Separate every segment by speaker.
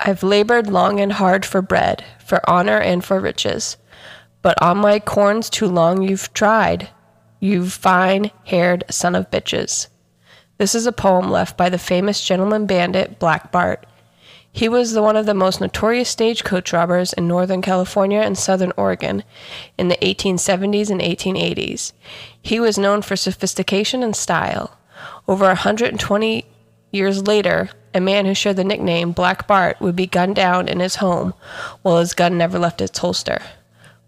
Speaker 1: I've labored long and hard for bread, for honor and for riches. But on my corns too long you've tried, you fine haired son of bitches. This is a poem left by the famous gentleman bandit Black Bart. He was the, one of the most notorious stagecoach robbers in Northern California and Southern Oregon in the 1870s and 1880s. He was known for sophistication and style. Over 120 years later, a man who shared the nickname Black Bart would be gunned down in his home while his gun never left its holster.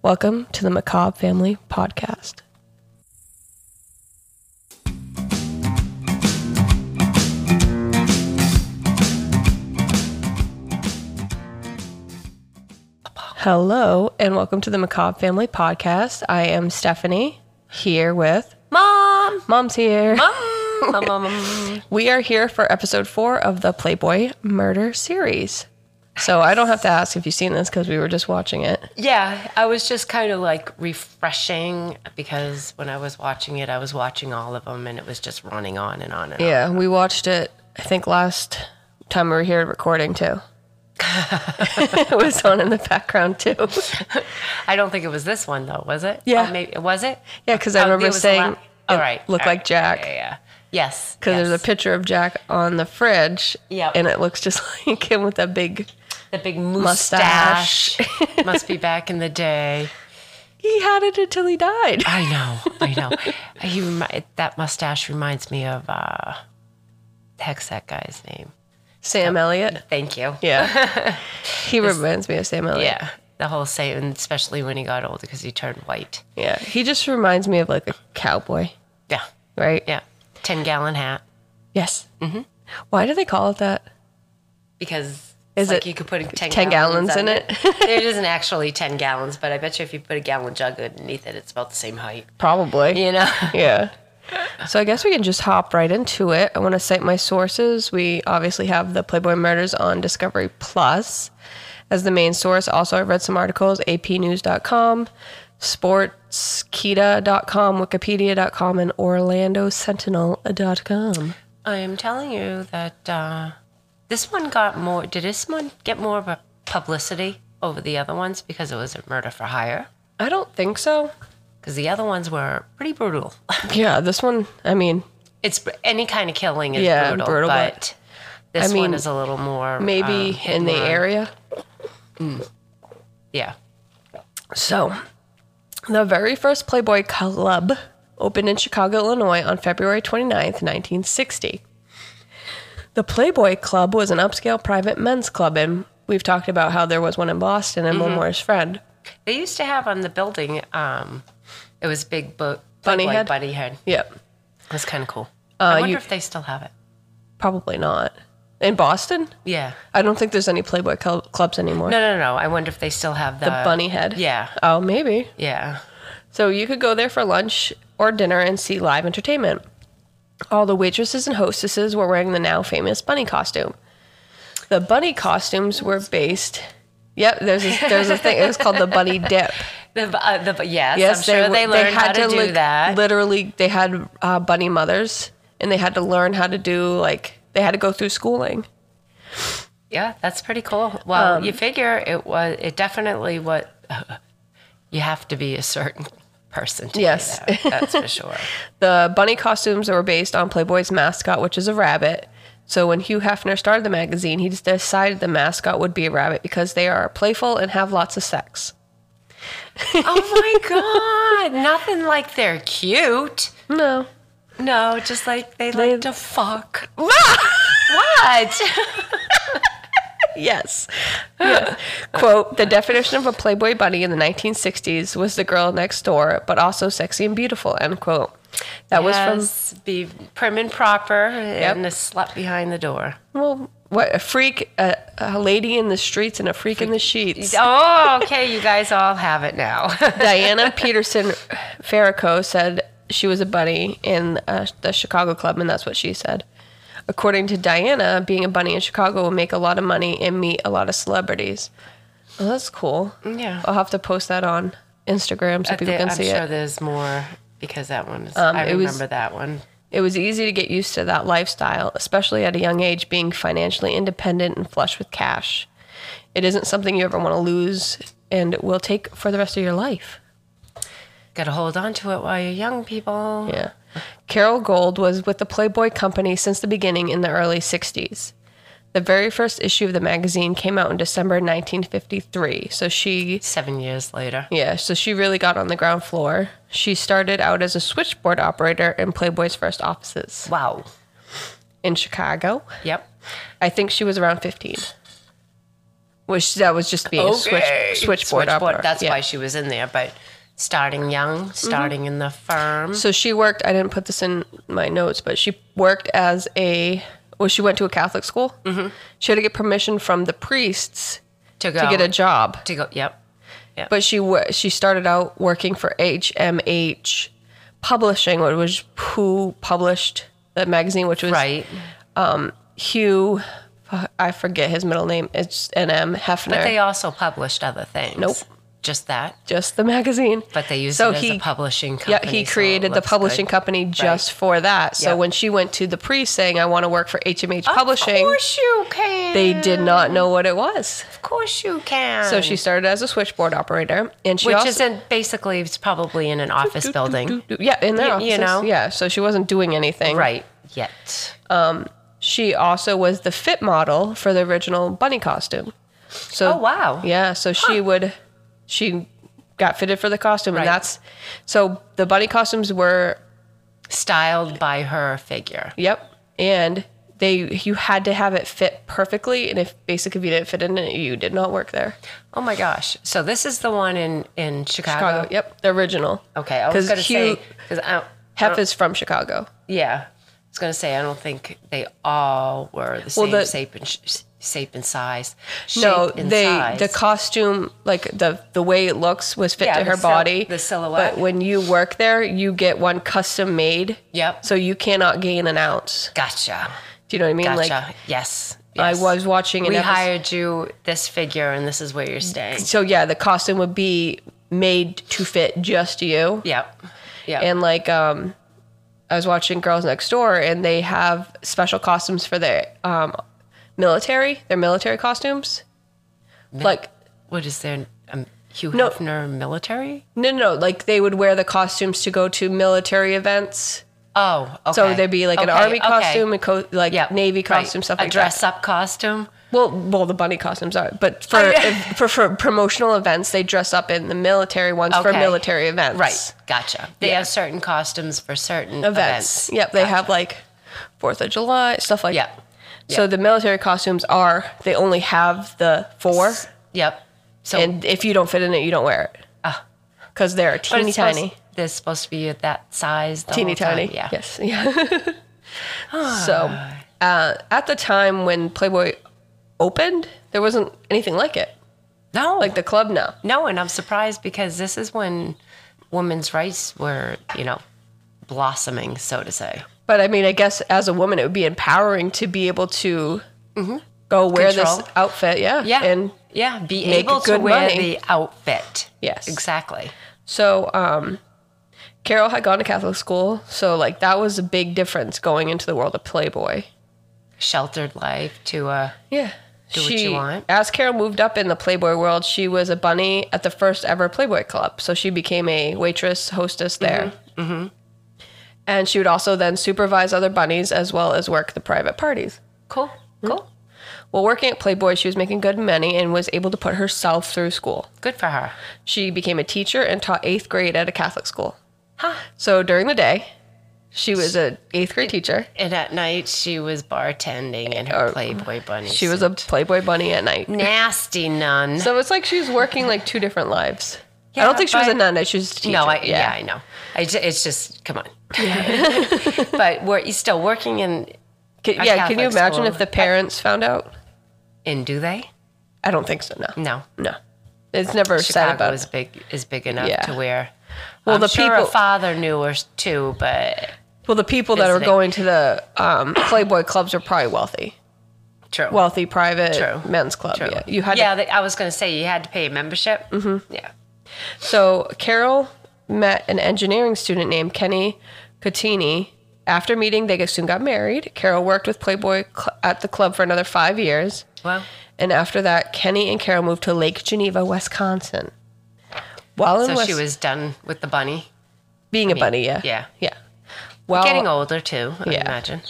Speaker 1: Welcome to the Macabre Family Podcast. Hello, and welcome to the Macabre Family Podcast. I am Stephanie here with
Speaker 2: Mom,
Speaker 1: Mom's Here.
Speaker 2: mom, mom,
Speaker 1: Um,
Speaker 2: mom, mom.
Speaker 1: We are here for episode four of the Playboy Murder series. So I don't have to ask if you've seen this because we were just watching it.
Speaker 2: Yeah, I was just kind of like refreshing because when I was watching it, I was watching all of them and it was just running on and on and on.
Speaker 1: Yeah, we watched it, I think, last time we were here recording too. it was on in the background too.
Speaker 2: I don't think it was this one though, was it?
Speaker 1: Yeah.
Speaker 2: Or maybe, was it?
Speaker 1: Yeah, because I
Speaker 2: Oh,
Speaker 1: remember
Speaker 2: it was the
Speaker 1: saying
Speaker 2: la- all
Speaker 1: it
Speaker 2: right,
Speaker 1: looked
Speaker 2: all
Speaker 1: like
Speaker 2: right,
Speaker 1: Jack.
Speaker 2: Yeah, yeah, yeah. Yes.
Speaker 1: Because
Speaker 2: yes.
Speaker 1: there's a picture of Jack on the fridge,
Speaker 2: Yep.
Speaker 1: and it looks just like him with that big.
Speaker 2: the big mustache. Must be back in the day.
Speaker 1: He had it until he died.
Speaker 2: I know, I know. He remi- that mustache reminds me of uh, heck's that guy's name.
Speaker 1: Sam Elliott.
Speaker 2: Thank you.
Speaker 1: Yeah, he reminds me of Sam Elliott.
Speaker 2: Yeah. The whole same, and especially when he got older because he turned white.
Speaker 1: Yeah, he just reminds me of like a cowboy,
Speaker 2: Yeah.
Speaker 1: right?
Speaker 2: Yeah. 10 gallon hat
Speaker 1: Yes. Mm-hmm. Why do they call it that?
Speaker 2: because
Speaker 1: Is
Speaker 2: it's
Speaker 1: it
Speaker 2: like you could put 10,
Speaker 1: 10 gallons, in it?
Speaker 2: it isn't actually 10 gallons, but I bet you if you put a gallon jug underneath it, it's about the same height.
Speaker 1: Probably.
Speaker 2: You know?
Speaker 1: Yeah. So I guess we can just hop right into it. I want to cite my sources. We obviously have the Playboy murders on Discovery Plus as the main source. Also, I read some articles, apnews.com, sportskita.com, wikipedia.com, and orlandosentinel.com.
Speaker 2: I'm telling you that uh, this one got more, did this one get more of a publicity over the other ones because it was a murder for hire?
Speaker 1: I don't think so.
Speaker 2: Because the other ones were pretty brutal.
Speaker 1: Yeah, this one, I mean,
Speaker 2: it's br- any kind of killing is
Speaker 1: Yeah,
Speaker 2: brutal,
Speaker 1: brutal, but
Speaker 2: but this
Speaker 1: I mean,
Speaker 2: one is a little more um,
Speaker 1: maybe
Speaker 2: hit
Speaker 1: in
Speaker 2: and
Speaker 1: the
Speaker 2: run.
Speaker 1: area.
Speaker 2: Yeah.
Speaker 1: So, the very first Playboy Club opened in Chicago, Illinois on February 29th, 1960. The Playboy Club was an upscale private men's club, and we've talked about how there was one in Boston and
Speaker 2: Mm-hmm.
Speaker 1: one more his friend.
Speaker 2: They used to have on the building. Um, it was big book.
Speaker 1: Bunny head?
Speaker 2: Bunny head.
Speaker 1: Yep,
Speaker 2: It was kind of cool. I wonder
Speaker 1: you-
Speaker 2: if they still have it.
Speaker 1: probably not. In Boston?
Speaker 2: Yeah.
Speaker 1: I don't think there's any Playboy cl- clubs anymore.
Speaker 2: No, no, no. I wonder if they still have the,
Speaker 1: The bunny head?
Speaker 2: Yeah,
Speaker 1: Oh, maybe.
Speaker 2: yeah.
Speaker 1: So you could go there for lunch or dinner and see live entertainment. All the waitresses and hostesses were wearing the now famous bunny costume. The bunny costumes were based. Yep, there's a, there's a thing. It was called the bunny dip.
Speaker 2: The, bu- uh, the bu- yes,
Speaker 1: Yes,
Speaker 2: I'm sure they,
Speaker 1: w-
Speaker 2: learned how to, do
Speaker 1: like,
Speaker 2: that.
Speaker 1: Literally, they had uh, bunny mothers, and they had to learn how to do like they had to go through schooling.
Speaker 2: yeah, that's pretty cool. Well, you figure it was. It definitely was. you have to be a certain person to do
Speaker 1: Yes.
Speaker 2: that, that's for sure.
Speaker 1: The bunny costumes were based on Playboy's mascot, which is a rabbit. So when Hugh Hefner started the magazine, he just decided the mascot would be a rabbit because they are playful and have lots of sex.
Speaker 2: Oh my god! Nothing like they're cute.
Speaker 1: No.
Speaker 2: No, just like they like to fuck. what?
Speaker 1: Yes. Yes. Quote The definition of a Playboy bunny in the 1960s was the girl next door, but also sexy and beautiful, end quote. That was
Speaker 2: Yes, be prim and proper
Speaker 1: Yep.
Speaker 2: and a slut behind the door.
Speaker 1: from, well, what, a freak, a, a lady in the streets, and a freak in the sheets.
Speaker 2: Oh, okay, you guys all have it now.
Speaker 1: Diana Peterson Farrico said she was a bunny in uh, the Chicago Club, and that's what she said. According to Diana, being a bunny in Chicago will make a lot of money and meet a lot of celebrities. Well, that's cool.
Speaker 2: Yeah.
Speaker 1: I'll have to post that on Instagram so
Speaker 2: But
Speaker 1: people
Speaker 2: there-
Speaker 1: can
Speaker 2: I'm
Speaker 1: see
Speaker 2: sure
Speaker 1: it. Um,
Speaker 2: there's more because that one is, I
Speaker 1: it was-
Speaker 2: remember that one.
Speaker 1: It was easy to get used to that lifestyle, especially at a young age, being financially independent and flush with cash. It isn't something you ever want to lose and will take for the rest of your life.
Speaker 2: Gotta hold on to it while you're young, people.
Speaker 1: Yeah. Carol Gold was with the Playboy Company since the beginning in the early 60s. The very first issue of the magazine came out in December 1953. So she
Speaker 2: Seven years later.
Speaker 1: yeah, so she really got on the ground floor. She started out as a switchboard operator in Playboy's first offices
Speaker 2: Wow.
Speaker 1: in Chicago.
Speaker 2: Yep.
Speaker 1: I think she was around 15. Which that was just being switch, switchboard, operator.
Speaker 2: That's
Speaker 1: Yeah. Mm-hmm.
Speaker 2: why she was in there, but starting young, starting in the firm.
Speaker 1: So she worked, I didn't put this in my notes, but she worked as a, well, she went to a Catholic school. Mm-hmm. She had to get permission from the priests
Speaker 2: To go
Speaker 1: to get a job.
Speaker 2: To go. Yep.
Speaker 1: But she wo- she started out working for HMH Publishing, which was who published the magazine, which was
Speaker 2: Right.
Speaker 1: Hugh, I forget his middle name, it's NM Hefner.
Speaker 2: But they also published other things.
Speaker 1: Nope.
Speaker 2: Just that.
Speaker 1: just the magazine.
Speaker 2: But they used
Speaker 1: So
Speaker 2: it as
Speaker 1: he-
Speaker 2: a publishing company.
Speaker 1: Yeah, he
Speaker 2: so it
Speaker 1: created the
Speaker 2: looks
Speaker 1: publishing
Speaker 2: good.
Speaker 1: company just for that. So
Speaker 2: Yep.
Speaker 1: when she went to the priest saying, I want to work for HMH
Speaker 2: Of
Speaker 1: Publishing,
Speaker 2: course you can.
Speaker 1: they did not know what it was.
Speaker 2: Of course you can.
Speaker 1: So she started as a switchboard operator. And she
Speaker 2: which
Speaker 1: also,
Speaker 2: isn't basically it's probably in an office building,
Speaker 1: Yeah, in their
Speaker 2: You-
Speaker 1: offices.
Speaker 2: you know?
Speaker 1: Yeah, so she wasn't doing anything.
Speaker 2: right? Yet.
Speaker 1: She also was the fit model for the original bunny costume. So
Speaker 2: Oh wow.
Speaker 1: Yeah, so she would she got fitted for the costume
Speaker 2: Right.
Speaker 1: and that's so the bunny costumes were
Speaker 2: Styled by her figure.
Speaker 1: Yep. And they you had to have it fit perfectly and if basically if you didn't fit in it, you did not work there.
Speaker 2: Oh my gosh. So this is the one in in Chicago.
Speaker 1: Chicago. Yep. The original.
Speaker 2: Okay, I was
Speaker 1: 'Cause
Speaker 2: gonna
Speaker 1: Hugh-
Speaker 2: say uh, because I don't-
Speaker 1: Hef is from Chicago.
Speaker 2: yeah, I was gonna say I don't think they all were the same
Speaker 1: the-
Speaker 2: shape and sh- shape and size.
Speaker 1: no,
Speaker 2: shape and
Speaker 1: they
Speaker 2: size.
Speaker 1: the costume like the the way it looks was fit
Speaker 2: Yeah,
Speaker 1: to
Speaker 2: the
Speaker 1: her
Speaker 2: sil-
Speaker 1: body.
Speaker 2: the silhouette.
Speaker 1: But when you work there, you get one custom made.
Speaker 2: Yep.
Speaker 1: So you cannot gain an ounce.
Speaker 2: gotcha.
Speaker 1: Do you know what I mean?
Speaker 2: Gotcha.
Speaker 1: Like
Speaker 2: yes.
Speaker 1: I
Speaker 2: yes.
Speaker 1: was watching an
Speaker 2: We
Speaker 1: episode.
Speaker 2: hired you this figure, and this is where you're staying.
Speaker 1: so yeah, the costume would be made to fit just you.
Speaker 2: Yep. Yep.
Speaker 1: and like um i was watching girls next door and they have special costumes for their um military their military costumes like
Speaker 2: what is there? Um, Hugh
Speaker 1: No.
Speaker 2: Hefner military?
Speaker 1: no no no, like they would wear the costumes to go to military events
Speaker 2: Oh, okay.
Speaker 1: so there'd be like an
Speaker 2: Okay,
Speaker 1: army
Speaker 2: okay.
Speaker 1: costume a co- like
Speaker 2: Yep,
Speaker 1: navy
Speaker 2: right.
Speaker 1: costume stuff like
Speaker 2: a dress up costume.
Speaker 1: that well well the bunny costumes are but for
Speaker 2: I-
Speaker 1: if- for, for promotional events they dress up in the military ones for
Speaker 2: Okay.
Speaker 1: military events
Speaker 2: Right. Gotcha. They have certain costumes for certain
Speaker 1: events,
Speaker 2: events.
Speaker 1: yep they have like fourth of july stuff like
Speaker 2: Yeah.
Speaker 1: that So the military costumes are they only have the four,
Speaker 2: Yep. So
Speaker 1: and if you don't fit in it, you don't wear it.
Speaker 2: Ah.
Speaker 1: because they're
Speaker 2: but
Speaker 1: teeny
Speaker 2: it's
Speaker 1: tiny,
Speaker 2: Supposed, they're supposed to be at that size. The
Speaker 1: teeny
Speaker 2: whole time.
Speaker 1: tiny.
Speaker 2: Yeah. Ah.
Speaker 1: Yes. Yeah. so uh, at the time when Playboy opened, there wasn't anything like it.
Speaker 2: No.
Speaker 1: Like the club now.
Speaker 2: no, and I'm surprised because this is when women's rights were, you know, blossoming, so to say.
Speaker 1: But I mean, I guess as a woman, it would be empowering to be able to go wear this
Speaker 2: Mm-hmm. Control.
Speaker 1: outfit. Yeah.
Speaker 2: Yeah.
Speaker 1: And
Speaker 2: yeah, be
Speaker 1: make
Speaker 2: able to
Speaker 1: good
Speaker 2: wear
Speaker 1: money.
Speaker 2: the outfit.
Speaker 1: Yes.
Speaker 2: Exactly.
Speaker 1: So, um, Carol had gone to Catholic school, so like that was a big difference going into the world of Playboy.
Speaker 2: Sheltered life to uh
Speaker 1: Yeah.
Speaker 2: Do what you want.
Speaker 1: As Carol moved up in the Playboy world, she was a bunny at the first ever Playboy club. So she became a waitress, hostess there. Mm-hmm. And she would also then supervise other bunnies as well as work the private parties.
Speaker 2: cool,
Speaker 1: Mm-hmm.
Speaker 2: cool.
Speaker 1: While working at Playboy, she was making good money and was able to put herself through school.
Speaker 2: Good for her.
Speaker 1: She became a teacher and taught eighth grade at a Catholic school.
Speaker 2: Huh.
Speaker 1: So during the day, she was an eighth grade teacher.
Speaker 2: And at night she was bartending in her Playboy bunny.
Speaker 1: She was a Playboy bunny at night.
Speaker 2: nasty nun.
Speaker 1: So it's like she's working like two different lives. I
Speaker 2: Yeah,
Speaker 1: don't think she was a
Speaker 2: but-
Speaker 1: nun. She was a teacher.
Speaker 2: no, I yeah, I know. I ju- it's just come on. but were you still working in
Speaker 1: Can,
Speaker 2: a
Speaker 1: yeah, can you
Speaker 2: Catholic
Speaker 1: imagine
Speaker 2: school.
Speaker 1: if the parents found out?
Speaker 2: in do they?
Speaker 1: I don't think so. No,
Speaker 2: No.
Speaker 1: no. It's never said
Speaker 2: Chicago
Speaker 1: about.
Speaker 2: is big is big enough
Speaker 1: Yeah.
Speaker 2: to where
Speaker 1: Well,
Speaker 2: I'm
Speaker 1: the
Speaker 2: sure
Speaker 1: people-
Speaker 2: a father knew or s- two, but
Speaker 1: well, the people that are
Speaker 2: visiting.
Speaker 1: going to the um, Playboy clubs are probably wealthy,
Speaker 2: true.
Speaker 1: wealthy private
Speaker 2: True.
Speaker 1: men's club.
Speaker 2: true.
Speaker 1: Yeah, you had.
Speaker 2: yeah.
Speaker 1: To,
Speaker 2: they- I was going to say you had to pay a membership. Mm-hmm. Yeah.
Speaker 1: so Carol met an engineering student named Kenny Cotini. After meeting, they soon got married. Carol worked with Playboy cl- at the club for another five years.
Speaker 2: Wow.
Speaker 1: And after that, Kenny and Carol moved to Lake Geneva, Wisconsin. While in
Speaker 2: So
Speaker 1: Wis-
Speaker 2: she was done with the bunny.
Speaker 1: being a bunny, yeah.
Speaker 2: Yeah.
Speaker 1: Yeah. While,
Speaker 2: Getting older too, I
Speaker 1: Yeah.
Speaker 2: imagine.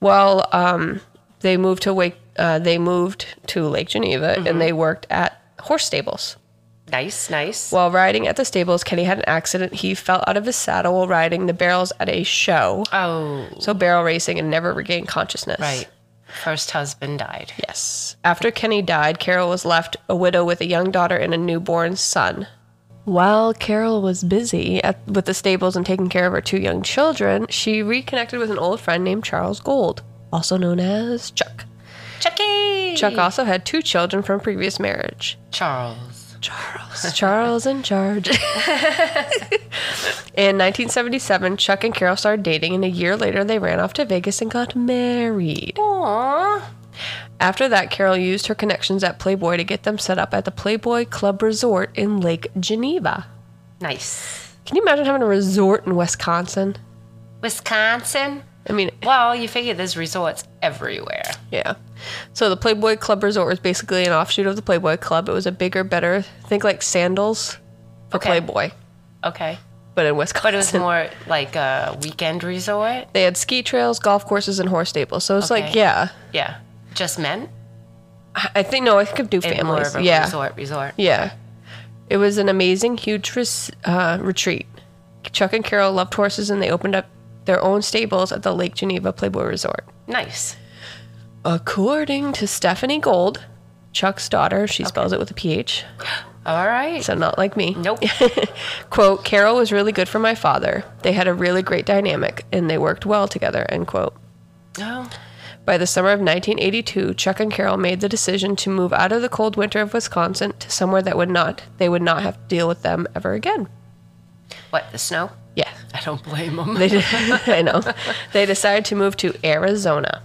Speaker 1: Well, um, they moved to Wake. Uh, they moved to Lake Geneva,
Speaker 2: Mm-hmm.
Speaker 1: and they worked at horse stables.
Speaker 2: Nice, nice.
Speaker 1: While riding at the stables, Kenny had an accident. He fell out of his saddle while riding the barrels at a show,
Speaker 2: oh,
Speaker 1: so barrel racing, and never regained consciousness.
Speaker 2: right. First husband died.
Speaker 1: Yes. After Kenny died, Carol was left a widow with a young daughter and a newborn son. While Carol was busy at, with the stables and taking care of her two young children, she reconnected with an old friend named Charles Gold, also known as Chuck.
Speaker 2: Chucky.
Speaker 1: Chuck also had two children from previous marriage.
Speaker 2: Charles.
Speaker 1: Charles. Charles in charge. in 1977, Chuck and Carol started dating, and a year later, they ran off to Vegas and got married.
Speaker 2: Aww.
Speaker 1: After that, Carol used her connections at Playboy to get them set up at the Playboy Club Resort in Lake Geneva.
Speaker 2: Nice.
Speaker 1: Can you imagine having a resort in Wisconsin?
Speaker 2: Wisconsin.
Speaker 1: I mean,
Speaker 2: Well, you figure there's resorts everywhere.
Speaker 1: yeah. So the Playboy Club Resort was basically an offshoot of the Playboy Club. It was a bigger, better, think like sandals for
Speaker 2: Okay.
Speaker 1: Playboy,
Speaker 2: Okay.
Speaker 1: but in Wisconsin.
Speaker 2: But it was more like a weekend resort.
Speaker 1: They had ski trails, golf courses, and horse stables. So it's like,
Speaker 2: Okay.
Speaker 1: yeah,
Speaker 2: Yeah. Just men?
Speaker 1: I I think no, I think of do
Speaker 2: And More
Speaker 1: families.
Speaker 2: of a
Speaker 1: Yeah,
Speaker 2: resort resort.
Speaker 1: yeah. It was an amazing, huge res- uh, retreat. Chuck and Carol loved horses, and they opened up their own stables at the Lake Geneva Playboy Resort.
Speaker 2: Nice.
Speaker 1: According to Stephanie Gold, Chuck's daughter, she spells it with a ph,
Speaker 2: All right.
Speaker 1: so not like me.
Speaker 2: Nope.
Speaker 1: quote carol was really good for my father they had a really great dynamic and they worked well together end quote
Speaker 2: No.
Speaker 1: By the summer of 1982, Chuck and Carol made the decision to move out of the cold winter of Wisconsin to somewhere that would not they would not have to deal with them ever again.
Speaker 2: What, the snow?
Speaker 1: Yeah,
Speaker 2: I don't blame them.
Speaker 1: they did, I know. They decided to move to Arizona.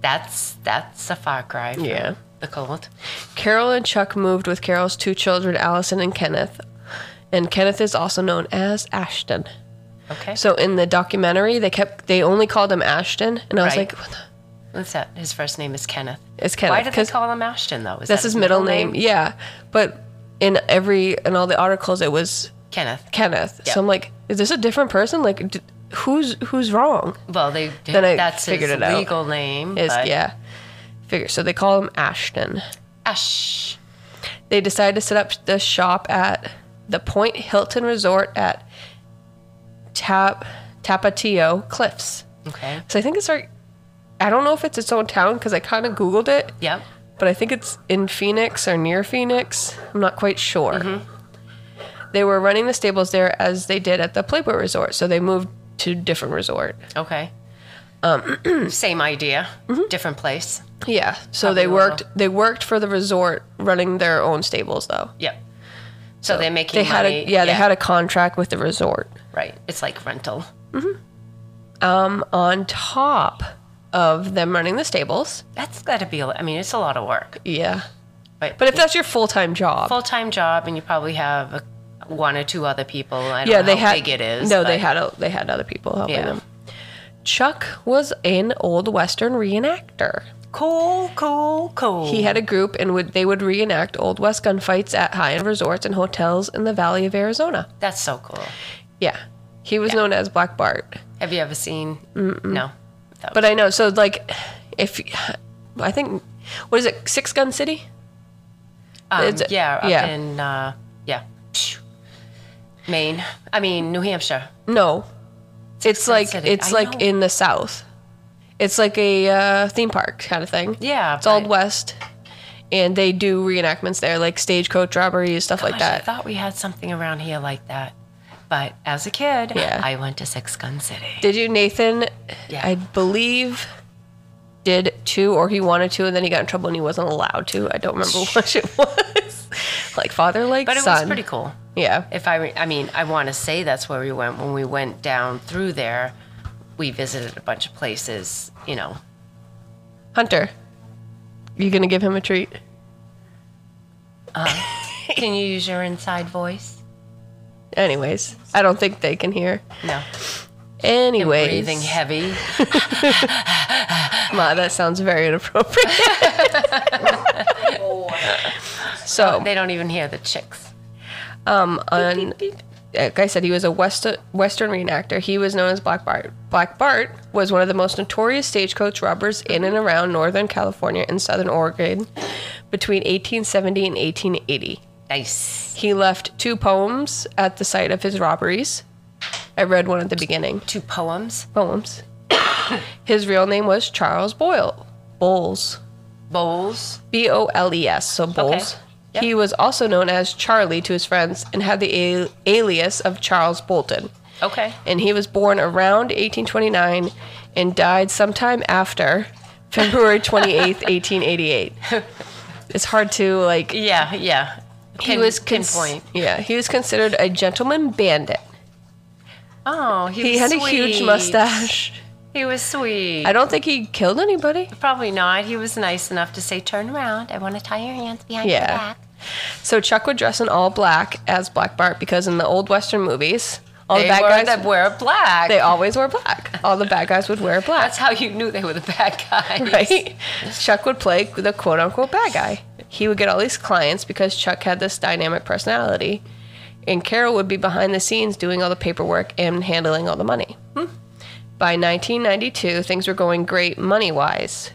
Speaker 2: That's that's a far cry. From
Speaker 1: Yeah.
Speaker 2: The cold.
Speaker 1: Carol and Chuck moved with Carol's two children, Allison and Kenneth. And Kenneth is also known as Ashton.
Speaker 2: Okay.
Speaker 1: So in the documentary, they kept they only called him Ashton, and I was
Speaker 2: Right.
Speaker 1: like, what the,
Speaker 2: What's that? His first name is Kenneth.
Speaker 1: it's Kenneth.
Speaker 2: Why did they
Speaker 1: 'cause-
Speaker 2: call him Ashton though? Is
Speaker 1: That's
Speaker 2: that
Speaker 1: his middle name. Yeah, but in every in all the articles, it was
Speaker 2: Kenneth.
Speaker 1: Kenneth.
Speaker 2: Yeah.
Speaker 1: So I'm like, is this a different person? Like, d- who's who's wrong?
Speaker 2: Well, they
Speaker 1: Then I
Speaker 2: that's
Speaker 1: figured
Speaker 2: his
Speaker 1: it out.
Speaker 2: legal name.
Speaker 1: Is
Speaker 2: but
Speaker 1: yeah, figure. So they call him Ashton.
Speaker 2: Ash.
Speaker 1: They decided to set up the shop at the Point Hilton Resort at Tap Tapatio Cliffs.
Speaker 2: Okay.
Speaker 1: So I think it's like, I don't know if it's its own town because I kind of googled it,
Speaker 2: Yep.
Speaker 1: but I think it's in Phoenix or near Phoenix. I'm not quite sure. They were running the stables there as they did at the Playboy Resort, so they moved to different resort.
Speaker 2: Okay.
Speaker 1: Um,
Speaker 2: Same idea.
Speaker 1: Mm-hmm.
Speaker 2: Different place.
Speaker 1: Yeah. So they
Speaker 2: Probably
Speaker 1: worked. They worked for the resort, running their own stables though.
Speaker 2: Yep. So, they're making
Speaker 1: They had
Speaker 2: money.
Speaker 1: a yeah, They had a contract with the resort.
Speaker 2: right. It's like rental.
Speaker 1: Um, on top of them running the stables.
Speaker 2: That's got to be. a lo- I mean, it's a lot of work.
Speaker 1: Yeah.
Speaker 2: Right.
Speaker 1: But if that's your full time job,
Speaker 2: full time job, and you probably have a, one or two other people. I don't
Speaker 1: yeah,
Speaker 2: know
Speaker 1: they
Speaker 2: how
Speaker 1: had
Speaker 2: big it is.
Speaker 1: No, they
Speaker 2: but-
Speaker 1: had a, they had other people helping
Speaker 2: Yeah.
Speaker 1: them. Chuck was an old western reenactor.
Speaker 2: Cool, cool, cool.
Speaker 1: He had a group and would they would reenact old west gunfights at high end resorts and hotels in the Valley of Arizona.
Speaker 2: That's so cool.
Speaker 1: Yeah. He was known as Black Bart.
Speaker 2: Have you ever seen? No. That
Speaker 1: But I know. So like, if I think what is it, Six Gun City?
Speaker 2: Um,
Speaker 1: It's-
Speaker 2: yeah, up
Speaker 1: yeah.
Speaker 2: in uh, yeah, Phew. Maine. I mean, New Hampshire.
Speaker 1: No, it's
Speaker 2: Gun
Speaker 1: like
Speaker 2: City.
Speaker 1: it's
Speaker 2: I
Speaker 1: like
Speaker 2: know.
Speaker 1: in the South. It's like a uh, theme park kind of thing.
Speaker 2: Yeah,
Speaker 1: it's Old
Speaker 2: but-
Speaker 1: West, and they do reenactments there, like stagecoach robberies, stuff like
Speaker 2: Gosh, I
Speaker 1: that.
Speaker 2: thought we had something around here like that, but as a kid,
Speaker 1: Yeah.
Speaker 2: I went to Six Gun City.
Speaker 1: Did you, Nathan?
Speaker 2: Yeah.
Speaker 1: I believe did two or he wanted to and then he got in trouble and he wasn't allowed to i don't remember what it was like father like
Speaker 2: But it
Speaker 1: son
Speaker 2: was pretty cool.
Speaker 1: yeah
Speaker 2: If I, re- I mean, I want to say that's where we went when we went down through there. We visited a bunch of places, you know.
Speaker 1: hunter you gonna give him a treat
Speaker 2: Can you use your inside voice?
Speaker 1: Anyways, I don't think they can hear.
Speaker 2: No.
Speaker 1: Anyways,
Speaker 2: Breathing heavy.
Speaker 1: Ma, that sounds very inappropriate. So,
Speaker 2: They don't even hear the chicks.
Speaker 1: um, on, like I said, he was a West, Western reenactor. He was known as Black Bart. Black Bart was one of the most notorious stagecoach robbers in and around Northern California and Southern Oregon between 1870 and 1880.
Speaker 2: Nice.
Speaker 1: He left two poems at the site of his robberies. I read one at the beginning.
Speaker 2: Two poems.
Speaker 1: Poems. his real name was Charles Boyle. Bowles.
Speaker 2: Bowls.
Speaker 1: B O L E S, so Bowles.
Speaker 2: Yep.
Speaker 1: He was also known as Charlie to his friends and had the al- alias of Charles Bolton.
Speaker 2: Okay.
Speaker 1: And he was born around 1829 and died sometime after February 28th, 1888. It's hard to like
Speaker 2: Yeah, yeah.
Speaker 1: he
Speaker 2: Pin-
Speaker 1: was cons-
Speaker 2: pinpoint.
Speaker 1: Yeah, he was considered a gentleman bandit.
Speaker 2: Oh, he,
Speaker 1: He
Speaker 2: was
Speaker 1: had
Speaker 2: sweet.
Speaker 1: a huge mustache.
Speaker 2: He was sweet.
Speaker 1: I don't think he killed anybody.
Speaker 2: Probably not. He was nice enough to say, "Turn around. I want to tie your hands behind your
Speaker 1: Yeah.
Speaker 2: back."
Speaker 1: So Chuck would dress in all black as Black Bart because in the old Western movies, all
Speaker 2: They
Speaker 1: the bad
Speaker 2: were
Speaker 1: guys
Speaker 2: that wear black.
Speaker 1: they always wore black. All the bad guys would wear black,
Speaker 2: That's how you knew they were the bad guys.
Speaker 1: right? Chuck would play the quote unquote bad guy. He would get all these clients because Chuck had this dynamic personality, and Carol would be behind the scenes doing all the paperwork and handling all the money. Hmm. By 1992, things were going great money wise.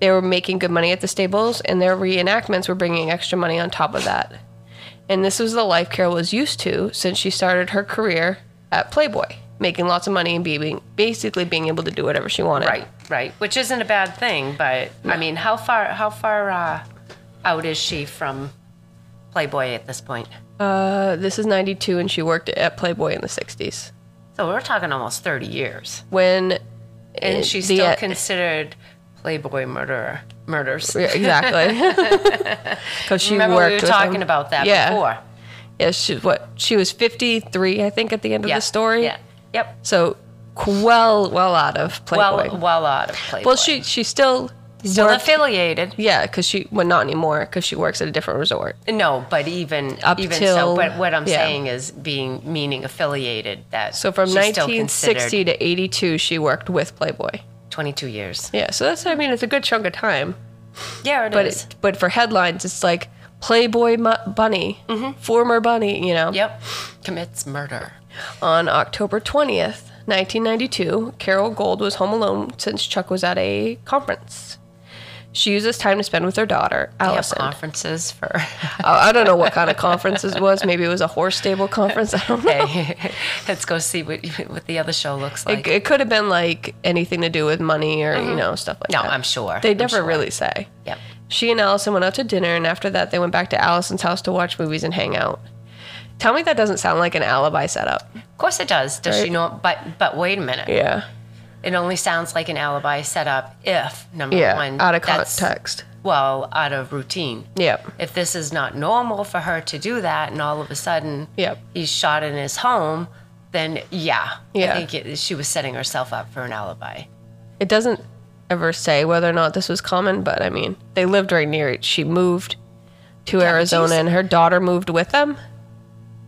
Speaker 1: They were making good money at the stables, and their reenactments were bringing extra money on top of that. And this was the life Carol was used to since she started her career at Playboy, making lots of money and being basically being able to do whatever she wanted.
Speaker 2: Right, right. Which isn't a bad thing, but I mean, how far how far uh, out is she from Playboy at this point?
Speaker 1: Uh, this is 92, and she worked at Playboy in the 60s.
Speaker 2: So we're talking almost thirty years,
Speaker 1: When
Speaker 2: and
Speaker 1: it-
Speaker 2: she's
Speaker 1: Uh, the- e-
Speaker 2: still considered Playboy murderer murders.
Speaker 1: Yeah, exactly. Because she
Speaker 2: Remember
Speaker 1: worked
Speaker 2: we were
Speaker 1: with
Speaker 2: talking
Speaker 1: him.
Speaker 2: about that
Speaker 1: yeah.
Speaker 2: before.
Speaker 1: Yeah, she what she was 53, I think, at the end of
Speaker 2: Yeah,
Speaker 1: the story.
Speaker 2: Yeah. Yep.
Speaker 1: So qu- well, well out of Playboy.
Speaker 2: Well, well out of Playboy.
Speaker 1: Well, she she still
Speaker 2: still
Speaker 1: worked-
Speaker 2: affiliated.
Speaker 1: Yeah, because she well not anymore because she works at a different resort.
Speaker 2: No, but even
Speaker 1: Up
Speaker 2: even so,
Speaker 1: till-
Speaker 2: but what I'm
Speaker 1: yeah.
Speaker 2: saying is being meaning affiliated that
Speaker 1: So from
Speaker 2: she's still
Speaker 1: 1960 to 82, she worked with Playboy.
Speaker 2: considered 22 years.
Speaker 1: Yeah, so that's I mean it's a good chunk of time.
Speaker 2: Yeah, it
Speaker 1: But
Speaker 2: is.
Speaker 1: it, but for headlines, it's like Playboy mu- Bunny, former Bunny, you know.
Speaker 2: Mm-hmm. Yep. Commits murder.
Speaker 1: On October 20th, 1992, Carol Gold was home alone since Chuck was at a conference. She used this time to spend with her daughter,
Speaker 2: They have
Speaker 1: Allison.
Speaker 2: conferences for
Speaker 1: I I don't know what kind of conference it was. Maybe it was a horse stable conference. I don't know.
Speaker 2: hey, let's go see what what the other show looks like. Mm-hmm.
Speaker 1: It, it could have been like anything to do with money or, you know, stuff like
Speaker 2: no,
Speaker 1: that.
Speaker 2: I'm sure.
Speaker 1: They
Speaker 2: I'm
Speaker 1: never
Speaker 2: sure.
Speaker 1: really say.
Speaker 2: Yep.
Speaker 1: She and Allison went out to dinner, and after that, they went back to Allison's house to watch movies and hang out. Tell me that doesn't sound like an alibi setup.
Speaker 2: Of course it does. Does she
Speaker 1: Right.
Speaker 2: know? But but wait a minute.
Speaker 1: Yeah.
Speaker 2: It only sounds like an alibi setup if number
Speaker 1: Yeah.
Speaker 2: one
Speaker 1: Out of
Speaker 2: that's-
Speaker 1: context.
Speaker 2: Well, out of routine.
Speaker 1: Yep.
Speaker 2: if this is not normal for her to do that and all of a sudden
Speaker 1: Yep.
Speaker 2: he's shot in his home then yeah,
Speaker 1: Yeah.
Speaker 2: i think it, she was setting herself up for an alibi
Speaker 1: It doesn't ever say whether or not this was common, but I mean, they lived right near it. She moved to Arizona,
Speaker 2: geez.
Speaker 1: and her daughter moved with them.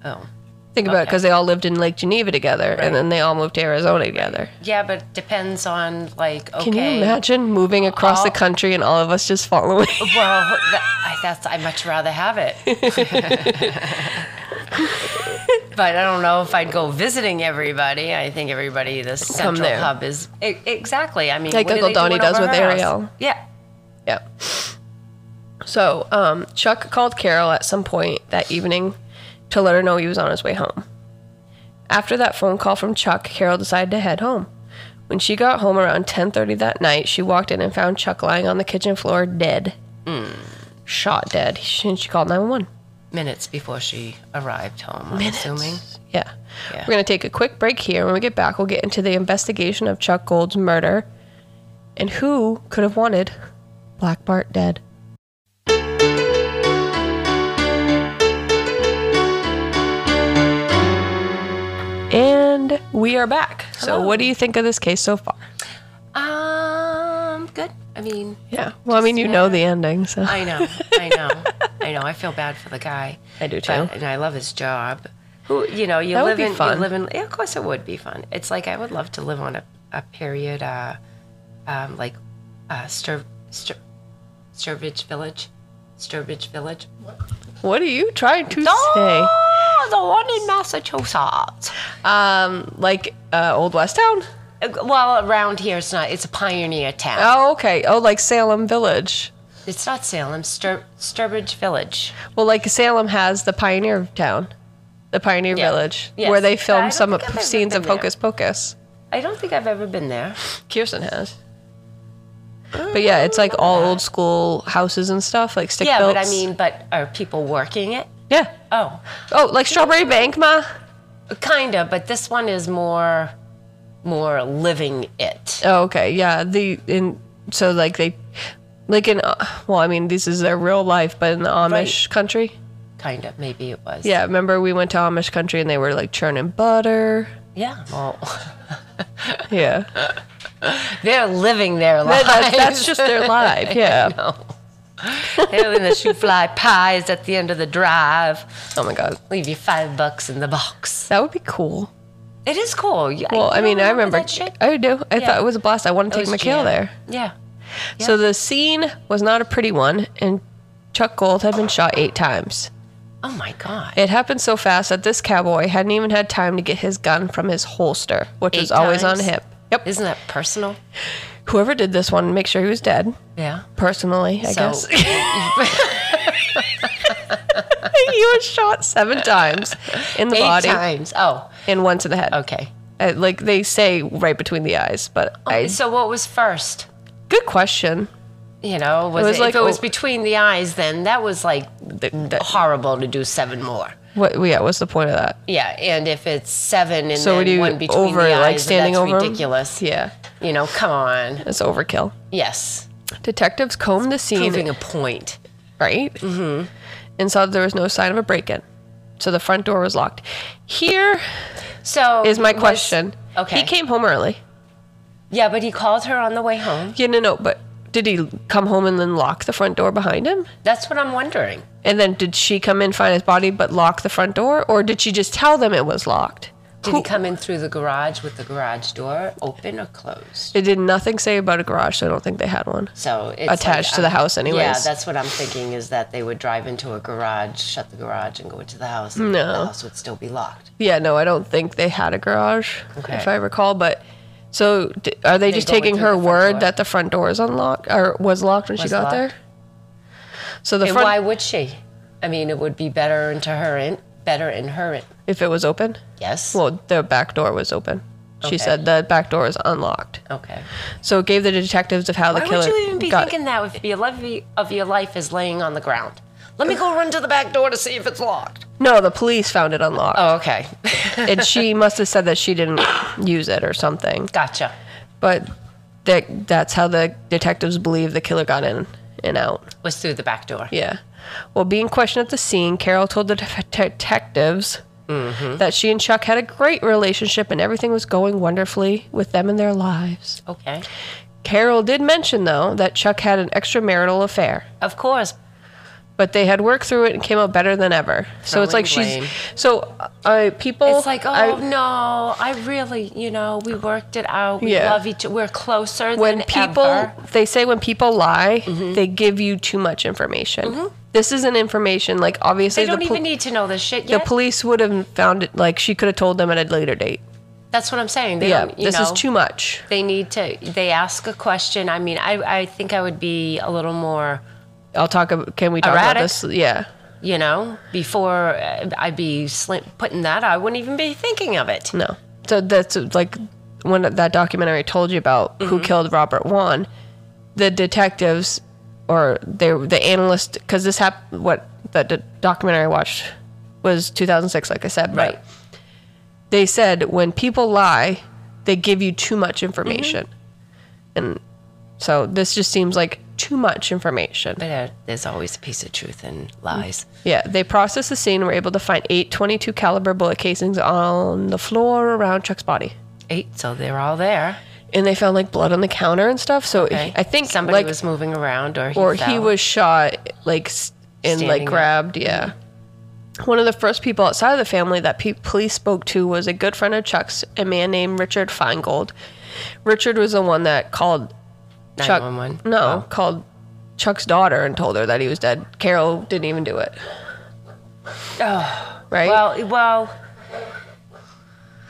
Speaker 2: oh
Speaker 1: Think about it,
Speaker 2: Okay.
Speaker 1: because they all lived in Lake Geneva together, and then they all moved to Arizona together.
Speaker 2: yeah but depends on like okay
Speaker 1: Can you imagine moving across the
Speaker 2: All-
Speaker 1: country and all of us just following?
Speaker 2: well that, I, that's i'd much rather have it but i don't know if i'd go visiting everybody i think everybody this central
Speaker 1: there.
Speaker 2: hub is e- exactly i mean
Speaker 1: Like
Speaker 2: what do
Speaker 1: Uncle
Speaker 2: they do
Speaker 1: Donnie
Speaker 2: it
Speaker 1: does
Speaker 2: over
Speaker 1: with
Speaker 2: her house?
Speaker 1: Ariel.
Speaker 2: yeah
Speaker 1: yeah. So um, Chuck called Carol at some point that evening to let her know he was on his way home. After that phone call from Chuck, Carol decided to head home. When she got home around 10:30 that night, she walked in and found Chuck lying on the kitchen floor dead. Shot dead. She, she called 911.
Speaker 2: minutes before she arrived home i'm assuming
Speaker 1: Yeah.
Speaker 2: Yeah.
Speaker 1: We're going to take a quick break here. When we get back, we'll get into the investigation of Chuck Gold's murder and who could have wanted Black Bart dead. And we are back. So,
Speaker 2: Hello.
Speaker 1: what do you think of this case so far?
Speaker 2: Um, good. I mean,
Speaker 1: Yeah. Well, I mean, you know the ending, so.
Speaker 2: I know, I know, I know. I feel bad for the guy.
Speaker 1: I do
Speaker 2: But- and I love his job. Who, you know, you
Speaker 1: That would
Speaker 2: live
Speaker 1: be
Speaker 2: in,
Speaker 1: fun.
Speaker 2: you live in. yeah, of course, it would be fun. It's like I would love to live on a, a period, uh, um, like, uh, stir, stir, Sturbridge Village. Sturbridge Village.
Speaker 1: What are you trying to say?
Speaker 2: Oh, the one in Massachusetts.
Speaker 1: Um, like uh, Old West Town?
Speaker 2: Uh, Well, around here it's not. It's a pioneer town.
Speaker 1: Oh, okay. Oh, like Salem Village.
Speaker 2: It's not Salem. Stur- Sturbridge Village.
Speaker 1: Well, like Salem has the Pioneer Town, the Pioneer
Speaker 2: Yeah.
Speaker 1: Village,
Speaker 2: Yes.
Speaker 1: where they
Speaker 2: But I
Speaker 1: film
Speaker 2: don't
Speaker 1: some
Speaker 2: think I've
Speaker 1: of
Speaker 2: ever
Speaker 1: scenes of
Speaker 2: been there.
Speaker 1: Hocus Pocus.
Speaker 2: I don't think I've ever been there.
Speaker 1: Kirsten has. But yeah, it's like all old school houses and stuff, like stick
Speaker 2: Yeah,
Speaker 1: built.
Speaker 2: but I mean, but are people working it?
Speaker 1: yeah.
Speaker 2: Oh,
Speaker 1: Oh, like Strawberry Bank, ma.
Speaker 2: kinda. But this one is more, more living it.
Speaker 1: Oh, okay. Yeah. The in so like they, like in uh, well, I mean this is their real life, but in the Amish country.
Speaker 2: Kinda. Maybe it was.
Speaker 1: Yeah. Remember we went to Amish country and they were like churning butter.
Speaker 2: Yeah. Well,
Speaker 1: Yeah.
Speaker 2: they're living their life.
Speaker 1: That- that's, that's just their life. Yeah.
Speaker 2: They're in the shoe fly pies at the end of the drive.
Speaker 1: Oh my god.
Speaker 2: Leave you five bucks in the box.
Speaker 1: That would be cool.
Speaker 2: It is cool. You-
Speaker 1: Well,
Speaker 2: you
Speaker 1: I mean,
Speaker 2: don't
Speaker 1: I remember.
Speaker 2: that shit?
Speaker 1: I do. I
Speaker 2: Yeah.
Speaker 1: thought it was a blast. I want to
Speaker 2: It
Speaker 1: take
Speaker 2: was
Speaker 1: Mikhail
Speaker 2: jam.
Speaker 1: there.
Speaker 2: Yeah.
Speaker 1: So the scene was not a pretty one, and Chuck Gold had been shot eight times.
Speaker 2: Oh my god.
Speaker 1: It happened so fast that this cowboy hadn't even had time to get his gun from his holster, which is always
Speaker 2: times?
Speaker 1: on him. Yep.
Speaker 2: Isn't that personal?
Speaker 1: Whoever did this one, make sure he was dead.
Speaker 2: Yeah.
Speaker 1: Personally, I
Speaker 2: So-
Speaker 1: guess. he was shot seven times in the
Speaker 2: Eight
Speaker 1: body
Speaker 2: times. Oh,
Speaker 1: and once in the head.
Speaker 2: okay.
Speaker 1: Uh, like they say, right between the eyes. But I,
Speaker 2: So what was first?
Speaker 1: good question.
Speaker 2: You know,
Speaker 1: It
Speaker 2: was it
Speaker 1: was like-
Speaker 2: if it was between the eyes, then that was like
Speaker 1: Th- that-
Speaker 2: horrible to do seven more.
Speaker 1: what? Yeah. What's the point of that?
Speaker 2: Yeah, and if it's seven and
Speaker 1: So
Speaker 2: then
Speaker 1: would you
Speaker 2: one between
Speaker 1: over
Speaker 2: the
Speaker 1: it,
Speaker 2: eyes,
Speaker 1: like
Speaker 2: then
Speaker 1: standing
Speaker 2: that's
Speaker 1: over 'em?
Speaker 2: ridiculous.
Speaker 1: Yeah.
Speaker 2: You know, come on.
Speaker 1: It's overkill.
Speaker 2: Yes,
Speaker 1: Detectives combed the scene,
Speaker 2: proving a point.
Speaker 1: right? Mm-hmm. And saw that there was no sign of a break-in. So the front door was locked. Here
Speaker 2: So
Speaker 1: is my
Speaker 2: was-
Speaker 1: question.
Speaker 2: okay.
Speaker 1: He came home early.
Speaker 2: Yeah, but he called her on the way home.
Speaker 1: Yeah, no, no, but did he come home and then lock the front door behind him?
Speaker 2: That's what I'm wondering.
Speaker 1: And then did she come in, find his body, but lock the front door? Or did she just tell them it was locked?
Speaker 2: Did
Speaker 1: Who-
Speaker 2: he come in through the garage with the garage door open or closed?
Speaker 1: It did nothing say about a garage, so I don't think they had one.
Speaker 2: So it's
Speaker 1: Attached to the house anyways.
Speaker 2: Yeah, that's what I'm thinking is that they would drive into a garage, shut the garage, and go into the house. And
Speaker 1: No.
Speaker 2: the house would still be locked.
Speaker 1: Yeah, no, I don't think they had a garage,
Speaker 2: Okay.
Speaker 1: if I recall. But so d- are they, just
Speaker 2: going
Speaker 1: taking
Speaker 2: through
Speaker 1: her
Speaker 2: the front
Speaker 1: word
Speaker 2: door?
Speaker 1: that the front door is unlocked or was locked when she
Speaker 2: Was
Speaker 1: got
Speaker 2: locked.
Speaker 1: there? So the
Speaker 2: And
Speaker 1: front,
Speaker 2: why would she? I mean, it would be better into her in better in her in.
Speaker 1: if it was open,
Speaker 2: Yes.
Speaker 1: well, the back door was open. She
Speaker 2: Okay.
Speaker 1: said the back door is unlocked.
Speaker 2: okay.
Speaker 1: So it gave the detectives of how the
Speaker 2: Why
Speaker 1: killer
Speaker 2: would you even be
Speaker 1: got.
Speaker 2: thinking that if your love of your life is laying on the ground? Let me go run to the back door to see if it's locked.
Speaker 1: no, the police found it unlocked,
Speaker 2: Oh, okay.
Speaker 1: and she must have said that she didn't use it or something.
Speaker 2: gotcha.
Speaker 1: But that that's how the detectives believe the killer got in and out.
Speaker 2: Was through the back door.
Speaker 1: Yeah. Well, being questioned at the scene, Carol told the de- detectives that she and Chuck had a great relationship and everything was going wonderfully with them and their lives.
Speaker 2: Okay.
Speaker 1: Carol did mention, though, that Chuck had an extramarital affair,
Speaker 2: Of course.
Speaker 1: but they had worked through it and came out better than ever. So it's
Speaker 2: Throwing
Speaker 1: like
Speaker 2: blame.
Speaker 1: she's. So uh, people.
Speaker 2: It's like, oh
Speaker 1: I-
Speaker 2: no, I really, you know, we worked it out. We
Speaker 1: Yeah.
Speaker 2: love each. We're closer
Speaker 1: when
Speaker 2: than
Speaker 1: people
Speaker 2: ever.
Speaker 1: they say when people lie they give you too much information this isn't information like obviously
Speaker 2: They don't
Speaker 1: the, pol-
Speaker 2: even need to know this shit
Speaker 1: the
Speaker 2: yet.
Speaker 1: police would have found it like she could have told them at a later date
Speaker 2: That's what I'm saying. They
Speaker 1: yeah
Speaker 2: don't, you
Speaker 1: this is
Speaker 2: know.
Speaker 1: too much
Speaker 2: They need to. They ask a question. I mean, I, I think I would be a little more,
Speaker 1: i'll talk about can we talk
Speaker 2: Erratic.
Speaker 1: about this yeah
Speaker 2: you know, before uh, I'd be slim, putting that. I wouldn't even be thinking of it.
Speaker 1: no so that's like when that documentary told you about who
Speaker 2: Mm-hmm.
Speaker 1: killed robert Wan, the detectives or they, the analyst because this happened what the d- documentary i watched was 2006 like i said but
Speaker 2: Right.
Speaker 1: they said when people lie, they give you too
Speaker 2: Mm-hmm.
Speaker 1: much information. And so this just seems like too much information.
Speaker 2: But uh, there's always a piece of truth in lies.
Speaker 1: Yeah, they processed the scene and were able to find eight 22 caliber bullet casings on the floor around Chuck's body.
Speaker 2: Eight. So they're all there.
Speaker 1: And they found like blood on the counter and stuff. So
Speaker 2: Okay.
Speaker 1: I think
Speaker 2: somebody
Speaker 1: like,
Speaker 2: was moving around, or he
Speaker 1: or he
Speaker 2: fell.
Speaker 1: was shot like s- and
Speaker 2: Standing
Speaker 1: like
Speaker 2: up.
Speaker 1: grabbed. Yeah. One of the first people outside of the family that pe- police spoke to was a good friend of Chuck's, a man named Richard Feingold. Richard was the one that called Chuck.
Speaker 2: 911.
Speaker 1: No, called Chuck's daughter and told her that he was dead. Carol didn't even do it,
Speaker 2: Oh,
Speaker 1: right?
Speaker 2: well, well,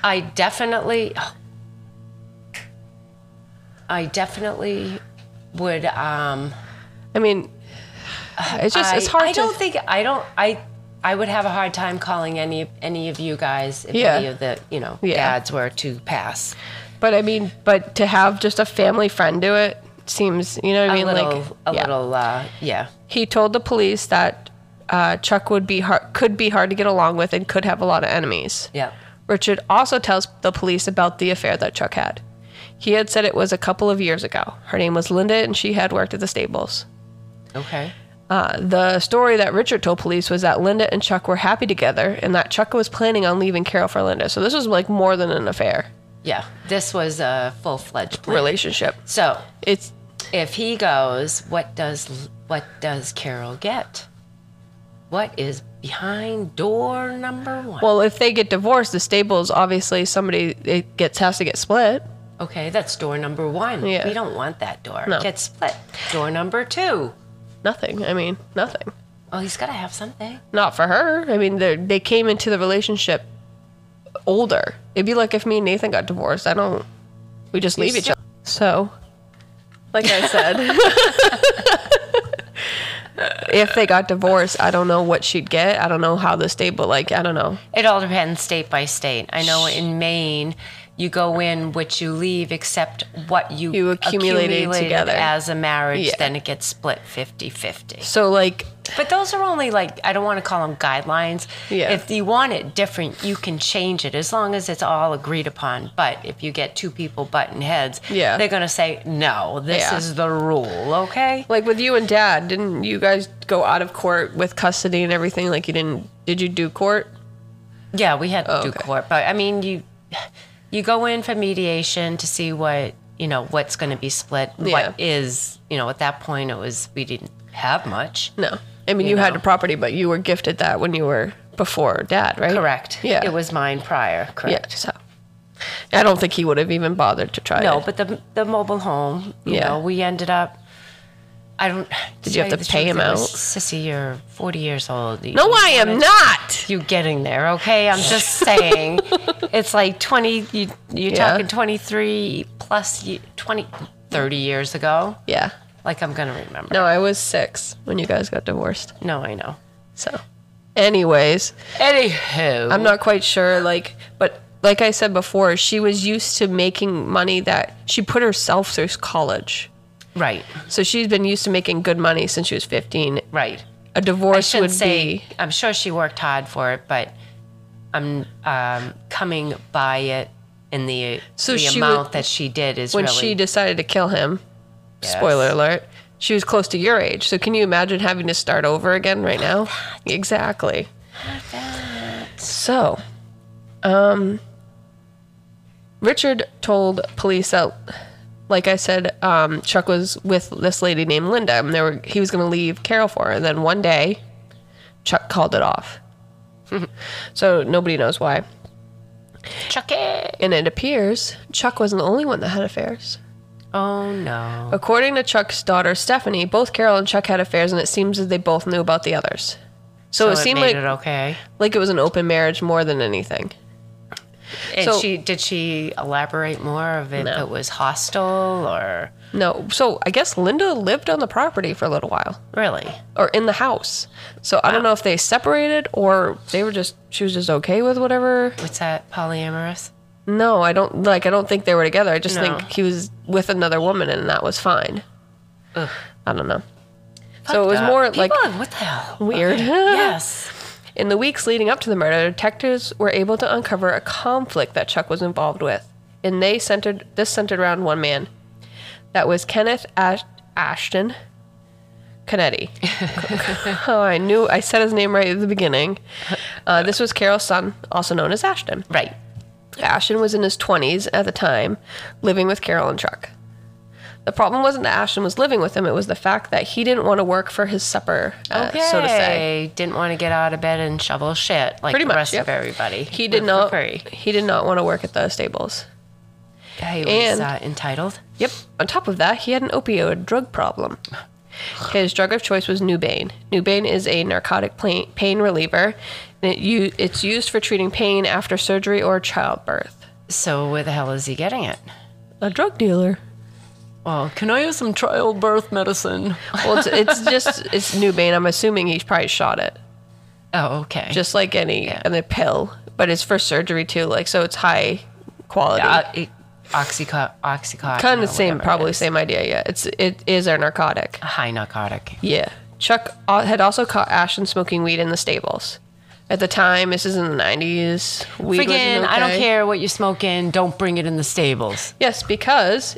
Speaker 2: I definitely, I definitely would. Um,
Speaker 1: I mean, it's just
Speaker 2: I,
Speaker 1: it's hard
Speaker 2: I
Speaker 1: to.
Speaker 2: don't think I don't. I I would have a hard time calling any any of you guys if
Speaker 1: Yeah.
Speaker 2: any of the you know
Speaker 1: Yeah.
Speaker 2: dads were to pass.
Speaker 1: but I mean, but to have just a family friend do it seems, you know what I mean?
Speaker 2: a little,
Speaker 1: like
Speaker 2: a
Speaker 1: yeah.
Speaker 2: little, uh, yeah.
Speaker 1: He told the police that uh, Chuck would be hard, could be hard to get along with and could have a lot of enemies.
Speaker 2: Yeah.
Speaker 1: Richard also tells the police about the affair that Chuck had. He had said it was a couple of years ago. Her name was Linda, and she had worked at the stables.
Speaker 2: Okay.
Speaker 1: Uh, the story that Richard told police was that Linda and Chuck were happy together, and that Chuck was planning on leaving Carol for Linda. So this was like more than an affair
Speaker 2: Yeah. This was a full fledged plan.
Speaker 1: relationship.
Speaker 2: So
Speaker 1: It's
Speaker 2: if he goes, what does what does Carol get? What is behind door number one?
Speaker 1: well, if they get divorced, the stables obviously somebody it gets has to get split.
Speaker 2: okay, that's door number one.
Speaker 1: Yeah.
Speaker 2: We don't want that door.
Speaker 1: No.
Speaker 2: Get split. Door number two.
Speaker 1: Nothing. I mean, nothing.
Speaker 2: Oh, he's got to have something.
Speaker 1: Not for her. I mean, they they came into the relationship older. It'd be like if me and Nathan got divorced. I don't. We just leave each
Speaker 2: still-
Speaker 1: other. So, like I said, if they got divorced, I don't know what she'd get. I don't know how the stable. Like I don't know.
Speaker 2: It all depends state by state. I know in Maine, you go in, what you leave, except what you,
Speaker 1: You accumulated together.
Speaker 2: as a marriage,
Speaker 1: Yeah.
Speaker 2: then it gets split 50 50.
Speaker 1: So like,
Speaker 2: But those are only like, I don't want to call them guidelines.
Speaker 1: Yeah.
Speaker 2: If you want it different, you can change it as long as it's all agreed upon. But if you get two people butting heads,
Speaker 1: Yeah.
Speaker 2: they're going to say, no, this
Speaker 1: Yeah.
Speaker 2: is the rule, okay?
Speaker 1: like with you and Dad, didn't you guys go out of court with custody and everything? Like you didn't? Did you do court?
Speaker 2: Yeah, we had to do
Speaker 1: Oh, okay.
Speaker 2: court, but I mean, you you go in for mediation to see what you know what's going to be split.
Speaker 1: Yeah.
Speaker 2: What is you know at that point it was we didn't have much.
Speaker 1: No. I mean, you, had
Speaker 2: know.
Speaker 1: a property, but you were gifted that when you were before Dad, right?
Speaker 2: Correct.
Speaker 1: Yeah.
Speaker 2: it was mine prior.
Speaker 1: Yeah,
Speaker 2: Correct.
Speaker 1: so I don't think he would have even bothered to try.
Speaker 2: No,
Speaker 1: it.
Speaker 2: but the the mobile home. You
Speaker 1: Yeah.
Speaker 2: know, we ended up. I don't.
Speaker 1: Did you have
Speaker 2: tell
Speaker 1: to
Speaker 2: the
Speaker 1: pay
Speaker 2: truth,
Speaker 1: him
Speaker 2: it was,
Speaker 1: out?
Speaker 2: Sissy, you're 40 years old. You-
Speaker 1: no, I am not.
Speaker 2: You getting there? Okay, I'm just saying. it's like 20. You you're
Speaker 1: Yeah.
Speaker 2: talking 23 plus ye- 20 30 years ago.
Speaker 1: Yeah,
Speaker 2: Like I'm gonna remember.
Speaker 1: no, I was six when you guys got divorced.
Speaker 2: No, I know.
Speaker 1: So, anyways,
Speaker 2: Anywho,
Speaker 1: I'm not quite sure. Like, but like I said before, she was used to making money that she put herself through college.
Speaker 2: right.
Speaker 1: So she's been used to making good money since she was 15.
Speaker 2: Right.
Speaker 1: A
Speaker 2: I
Speaker 1: divorce
Speaker 2: should
Speaker 1: would
Speaker 2: say
Speaker 1: be
Speaker 2: I'm sure she worked hard for it, but I'm um, coming by it in the
Speaker 1: So
Speaker 2: the
Speaker 1: she
Speaker 2: amount
Speaker 1: would-
Speaker 2: that she did is
Speaker 1: when
Speaker 2: really
Speaker 1: she decided to kill him.
Speaker 2: Yes.
Speaker 1: Spoiler alert. She was close to your age. So can you imagine having to start over again right now? Exactly. So, um, Richard told police that, like I said, um, Chuck was with this lady named Linda, and they were he was going to leave Carol for her. And then one day, Chuck called it off. so nobody knows why.
Speaker 2: Chuck it.
Speaker 1: And it appears Chuck wasn't the only one that had affairs.
Speaker 2: Oh no.
Speaker 1: According to Chuck's daughter Stephanie, both Carol and Chuck had affairs, and it seems that they both knew about the others. So, it, seemed like
Speaker 2: made it okay.
Speaker 1: like it was an open marriage more than anything.
Speaker 2: And
Speaker 1: so-
Speaker 2: she did she elaborate more of if
Speaker 1: No.
Speaker 2: it was hostile or
Speaker 1: No, so I guess Linda lived on the property for a little while
Speaker 2: really?
Speaker 1: or in the house. So I don't know if they separated or they were just she was just okay with whatever.
Speaker 2: What's that polyamorous?
Speaker 1: No, I don't like I don't think they were together. I just
Speaker 2: No.
Speaker 1: think he was with another woman and that was fine.
Speaker 2: Ugh.
Speaker 1: I don't know. so it was
Speaker 2: Uh,
Speaker 1: more
Speaker 2: people,
Speaker 1: like
Speaker 2: what the hell?
Speaker 1: weird.
Speaker 2: Yes.
Speaker 1: In the weeks leading up to the murder, detectives were able to uncover a conflict that Chuck was involved with, and they centered this centered around one man. That was Kenneth Ash- Ashton Canetti. oh, I knew I said his name right at the beginning. Uh, this was Carol's son, also known as Ashton.
Speaker 2: Right.
Speaker 1: Ashton was in his 20s at the time, living with Carol and Chuck. The problem wasn't that Ashton was living with him, it was the fact that he didn't want to work for his supper, uh, so to say.
Speaker 2: Didn't want to get out of bed and shovel shit like
Speaker 1: Pretty
Speaker 2: the
Speaker 1: much,
Speaker 2: rest
Speaker 1: yep.
Speaker 2: of everybody.
Speaker 1: He did
Speaker 2: For
Speaker 1: not.
Speaker 2: free.
Speaker 1: He did not want to work at the stables.
Speaker 2: He was
Speaker 1: And-
Speaker 2: uh, entitled.
Speaker 1: Yep. On top of that, he had an opioid drug problem. His drug of choice was Nubane. Nubane is a narcotic pain, pain reliever, and it, u- it's used for treating pain after surgery or childbirth.
Speaker 2: So where the hell is he getting it?
Speaker 1: A drug dealer.
Speaker 3: Well, can I have some childbirth medicine?
Speaker 1: Well, it's, it's just it's Nubane. I'm assuming he probably shot it,
Speaker 2: Oh, okay.
Speaker 1: just like any other pill, but it's for surgery too. Like so, it's high quality.
Speaker 2: uh, it, oxyco- oxycontin.
Speaker 1: kind of
Speaker 2: or
Speaker 1: same,
Speaker 2: whatever it
Speaker 1: probably
Speaker 2: is.
Speaker 1: same idea. Yeah, it's it is our narcotic.
Speaker 2: A high narcotic.
Speaker 1: Yeah. Chuck uh, had also caught Ashton smoking weed in the stables. At the time, this is in the 90s. Weed wasn't
Speaker 2: Friggin', I don't
Speaker 1: okay.
Speaker 2: care what you're smoking. Don't bring it in the stables.
Speaker 1: Yes, because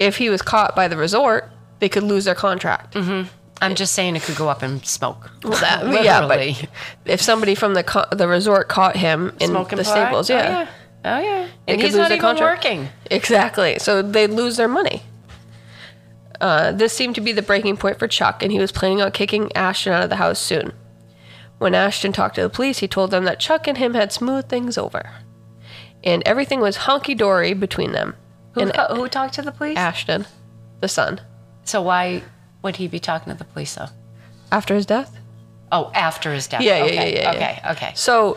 Speaker 1: if he was caught by the resort, they could lose their contract.
Speaker 2: Mm-hmm. I'm just saying it could go up in smoke.
Speaker 1: Well, that-
Speaker 2: Literally.
Speaker 1: yeah, but if somebody from the co- the resort caught him in
Speaker 2: Smoking
Speaker 1: the
Speaker 2: pot?
Speaker 1: stables, yeah,
Speaker 2: Oh yeah. Oh, yeah.
Speaker 1: They
Speaker 2: And
Speaker 1: could
Speaker 2: he's
Speaker 1: lose
Speaker 2: not
Speaker 1: their
Speaker 2: even
Speaker 1: contract.
Speaker 2: working.
Speaker 1: exactly. So they'd lose their money. Uh, this seemed to be the breaking point for Chuck, and he was planning on kicking Ashton out of the house soon. When Ashton talked to the police, he told them that Chuck and him had smoothed things over, and everything was hunky dory between them.
Speaker 2: Who,
Speaker 1: and
Speaker 2: co- who talked to the police?
Speaker 1: Ashton, the son,
Speaker 2: So why would he be talking to the police though?
Speaker 1: after his death.
Speaker 2: Oh, after his death.
Speaker 1: Yeah, yeah,
Speaker 2: okay.
Speaker 1: yeah, yeah,
Speaker 2: Okay,
Speaker 1: yeah.
Speaker 2: okay.
Speaker 1: So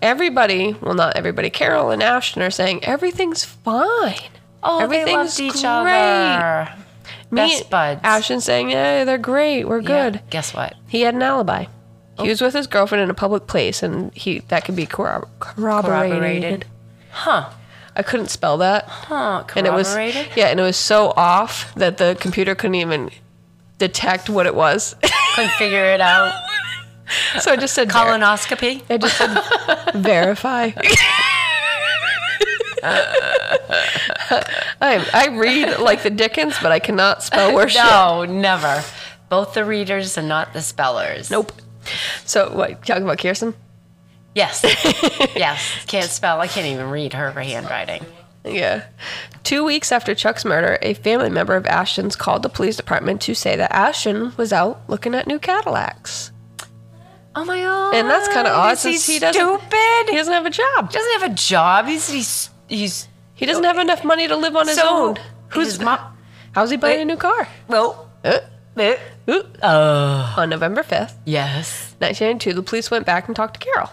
Speaker 1: everybody, well, not everybody, Carol and Ashton are saying everything's fine.
Speaker 2: Oh, they
Speaker 1: Everything's
Speaker 2: loved each
Speaker 1: great.
Speaker 2: other. Best buds.
Speaker 1: Ashton's saying, yeah, they're great. We're
Speaker 2: Yeah, Oh.
Speaker 1: good.
Speaker 2: guess what?
Speaker 1: He had an alibi. He was with his girlfriend in a public place, and he that could be corro- corroborated.
Speaker 2: Corroborated. Huh?
Speaker 1: I couldn't spell that,
Speaker 2: Huh? Corroborated.
Speaker 1: and it was yeah, and it was so off that the computer couldn't even detect what it was.
Speaker 2: Couldn't figure it out.
Speaker 1: so I just said ver-
Speaker 2: Colonoscopy.
Speaker 1: I just said verify. I, I read like the Dickens, but I cannot spell worse.
Speaker 2: No, never. Both the readers and not the spellers.
Speaker 1: Nope. So what? Talking about Kirsten?
Speaker 2: Yes. yes. Can't spell. I can't even read her handwriting.
Speaker 1: Yeah. Two weeks after Chuck's murder, a family member of Ashton's called the police department to say that Ashton was out looking at new Cadillacs.
Speaker 2: Oh my god.
Speaker 1: And that's kinda odd
Speaker 2: Oh, Is he
Speaker 1: since he doesn't-
Speaker 2: stupid.
Speaker 1: He
Speaker 2: He
Speaker 1: doesn't have a job.
Speaker 2: doesn't have a job. He's he's he's
Speaker 1: He doesn't have enough money to live on his
Speaker 2: so.
Speaker 1: own. Who's
Speaker 2: his mom?
Speaker 1: how's he buying a new car?
Speaker 2: Well,
Speaker 1: Uh,
Speaker 2: eh,
Speaker 1: ooh.
Speaker 2: uh,
Speaker 1: On November 5th,
Speaker 2: yes.
Speaker 1: 1992, the police went back and talked to Carol.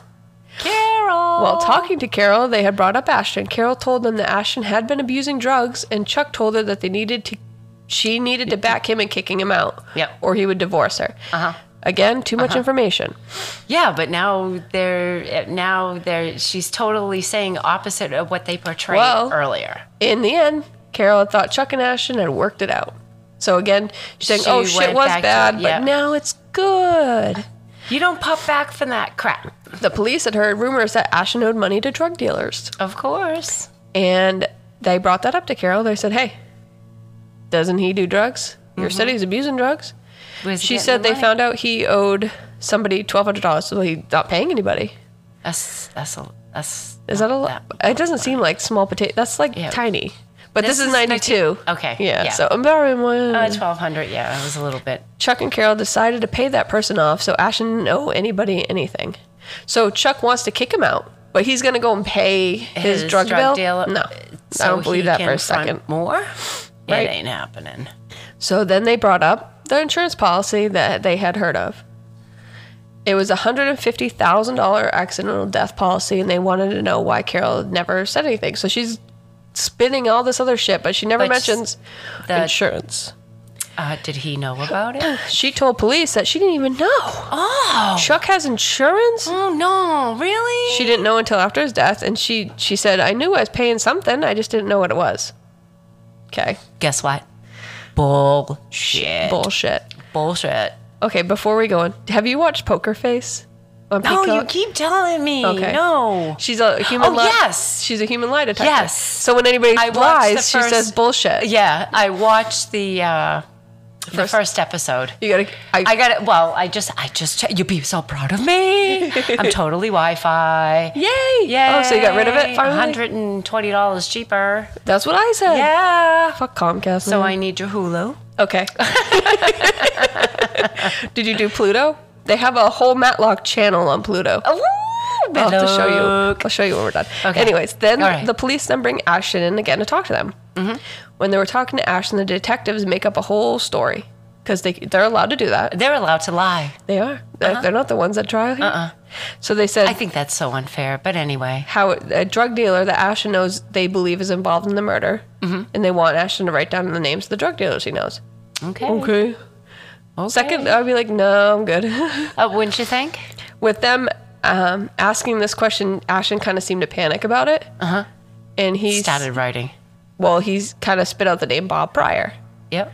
Speaker 2: Carol.
Speaker 1: While talking to Carol, they had brought up Ashton. Carol told them that Ashton had been abusing drugs, and Chuck told her that they needed to, she needed to back him in kicking him out,
Speaker 2: Yep.
Speaker 1: or he would divorce her.
Speaker 2: Uh-huh.
Speaker 1: Again, too much information.
Speaker 2: Yeah, but now they're now they're she's totally saying opposite of what they portrayed
Speaker 1: Well,
Speaker 2: earlier.
Speaker 1: In the end, Carol had thought Chuck and Ashton had worked it out. So again, she's saying,
Speaker 2: She
Speaker 1: "Oh shit,
Speaker 2: went
Speaker 1: was
Speaker 2: back to-
Speaker 1: bad,
Speaker 2: yeah.
Speaker 1: but now it's good."
Speaker 2: You don't pop back from that crap.
Speaker 1: The police had heard rumors that Ashton owed money to drug dealers,
Speaker 2: Of course.
Speaker 1: and they brought that up to Carol. They said, "Hey, doesn't he do drugs? Your
Speaker 2: Mm-hmm.
Speaker 1: city's abusing drugs."
Speaker 2: Was
Speaker 1: She
Speaker 2: getting
Speaker 1: said
Speaker 2: the
Speaker 1: they
Speaker 2: money.
Speaker 1: found out he owed somebody twelve hundred dollars, so he's not paying anybody.
Speaker 2: that's that's a that's
Speaker 1: Is that a
Speaker 2: lot?
Speaker 1: lot? It doesn't seem like small potato. That's like
Speaker 2: Yeah.
Speaker 1: tiny. But this,
Speaker 2: This
Speaker 1: is
Speaker 2: is
Speaker 1: ninety two.
Speaker 2: okay,
Speaker 1: Yeah.
Speaker 2: yeah.
Speaker 1: So I'm borrowing one.
Speaker 2: Uh, twelve hundred, yeah, it was a little bit.
Speaker 1: Chuck and Carol decided to pay that person off so Ashton didn't owe anybody anything. So Chuck wants to kick him out, but he's going to go and pay his,
Speaker 2: His
Speaker 1: drug, bill.
Speaker 2: dealer-
Speaker 1: No,
Speaker 2: so
Speaker 1: I don't
Speaker 2: he
Speaker 1: believe that
Speaker 2: can
Speaker 1: for a
Speaker 2: front
Speaker 1: second.
Speaker 2: More?
Speaker 1: Right.
Speaker 2: It ain't happening.
Speaker 1: So then they brought up the insurance policy that they had heard of. It was a $150,000 accidental death policy, and they wanted to know why Carol had never said anything. So she's spinning all this other shit, but she never
Speaker 2: But s-
Speaker 1: mentions
Speaker 2: the-
Speaker 1: insurance.
Speaker 2: Uh, did he know about it?
Speaker 1: She told police that she didn't even know.
Speaker 2: Oh,
Speaker 1: Chuck has insurance?
Speaker 2: oh no, really?
Speaker 1: She didn't know until after his death, and she she said, "I knew I was paying something. I just didn't know what it was." Okay,
Speaker 2: Guess what? Bullshit.
Speaker 1: bullshit.
Speaker 2: Bullshit.
Speaker 1: Okay, before we go on, have you watched Poker Face? On
Speaker 2: No, you
Speaker 1: Peacock?
Speaker 2: keep telling me.
Speaker 1: Okay.
Speaker 2: No.
Speaker 1: She's a human.
Speaker 2: Oh,
Speaker 1: lie-
Speaker 2: yes.
Speaker 1: she's a human lie detector.
Speaker 2: Yes.
Speaker 1: So when anybody
Speaker 2: I watched the
Speaker 1: lies, she
Speaker 2: first-
Speaker 1: says bullshit.
Speaker 2: Yeah, I watched the uh, the
Speaker 1: First-
Speaker 2: first episode.
Speaker 1: You gotta. I,
Speaker 2: I got it. Well, I just, I just, che- you'd be so proud of me. I'm totally Wi-Fi.
Speaker 1: yay! Oh, so you got rid of it finally.
Speaker 2: Hundred and twenty dollars cheaper.
Speaker 1: That's what I said.
Speaker 2: Yeah.
Speaker 1: Fuck Comcast.
Speaker 2: So
Speaker 1: man.
Speaker 2: I need your Hulu.
Speaker 1: Okay. Did you do Pluto? They have a whole Matlock channel on Pluto. I'll have to show you. I'll show you when we're done.
Speaker 2: Okay.
Speaker 1: Anyways, then
Speaker 2: All right. Mm-hmm.
Speaker 1: the police then bring Ashton in again to talk to them. When they were talking to Ashton, the detectives make up a whole story because they they're allowed to do that.
Speaker 2: They're allowed to lie.
Speaker 1: They are. They're- They're not the ones that trial here. Uh-huh. Uh-uh. So they said
Speaker 2: I think that's so unfair. But anyway,
Speaker 1: how a drug dealer that Ashton knows they believe is involved in the murder, and they want Ashton to write down the names of the drug dealers he knows.
Speaker 2: okay.
Speaker 1: Okay. Second, I'd be like, no, I'm good.
Speaker 2: uh, wouldn't you think?
Speaker 1: With them um, asking this question, Ashton kind of seemed to panic about it. Uh huh. And he
Speaker 2: Started writing.
Speaker 1: Well, he's kind of spit out the name Bob Pryor.
Speaker 2: Yep.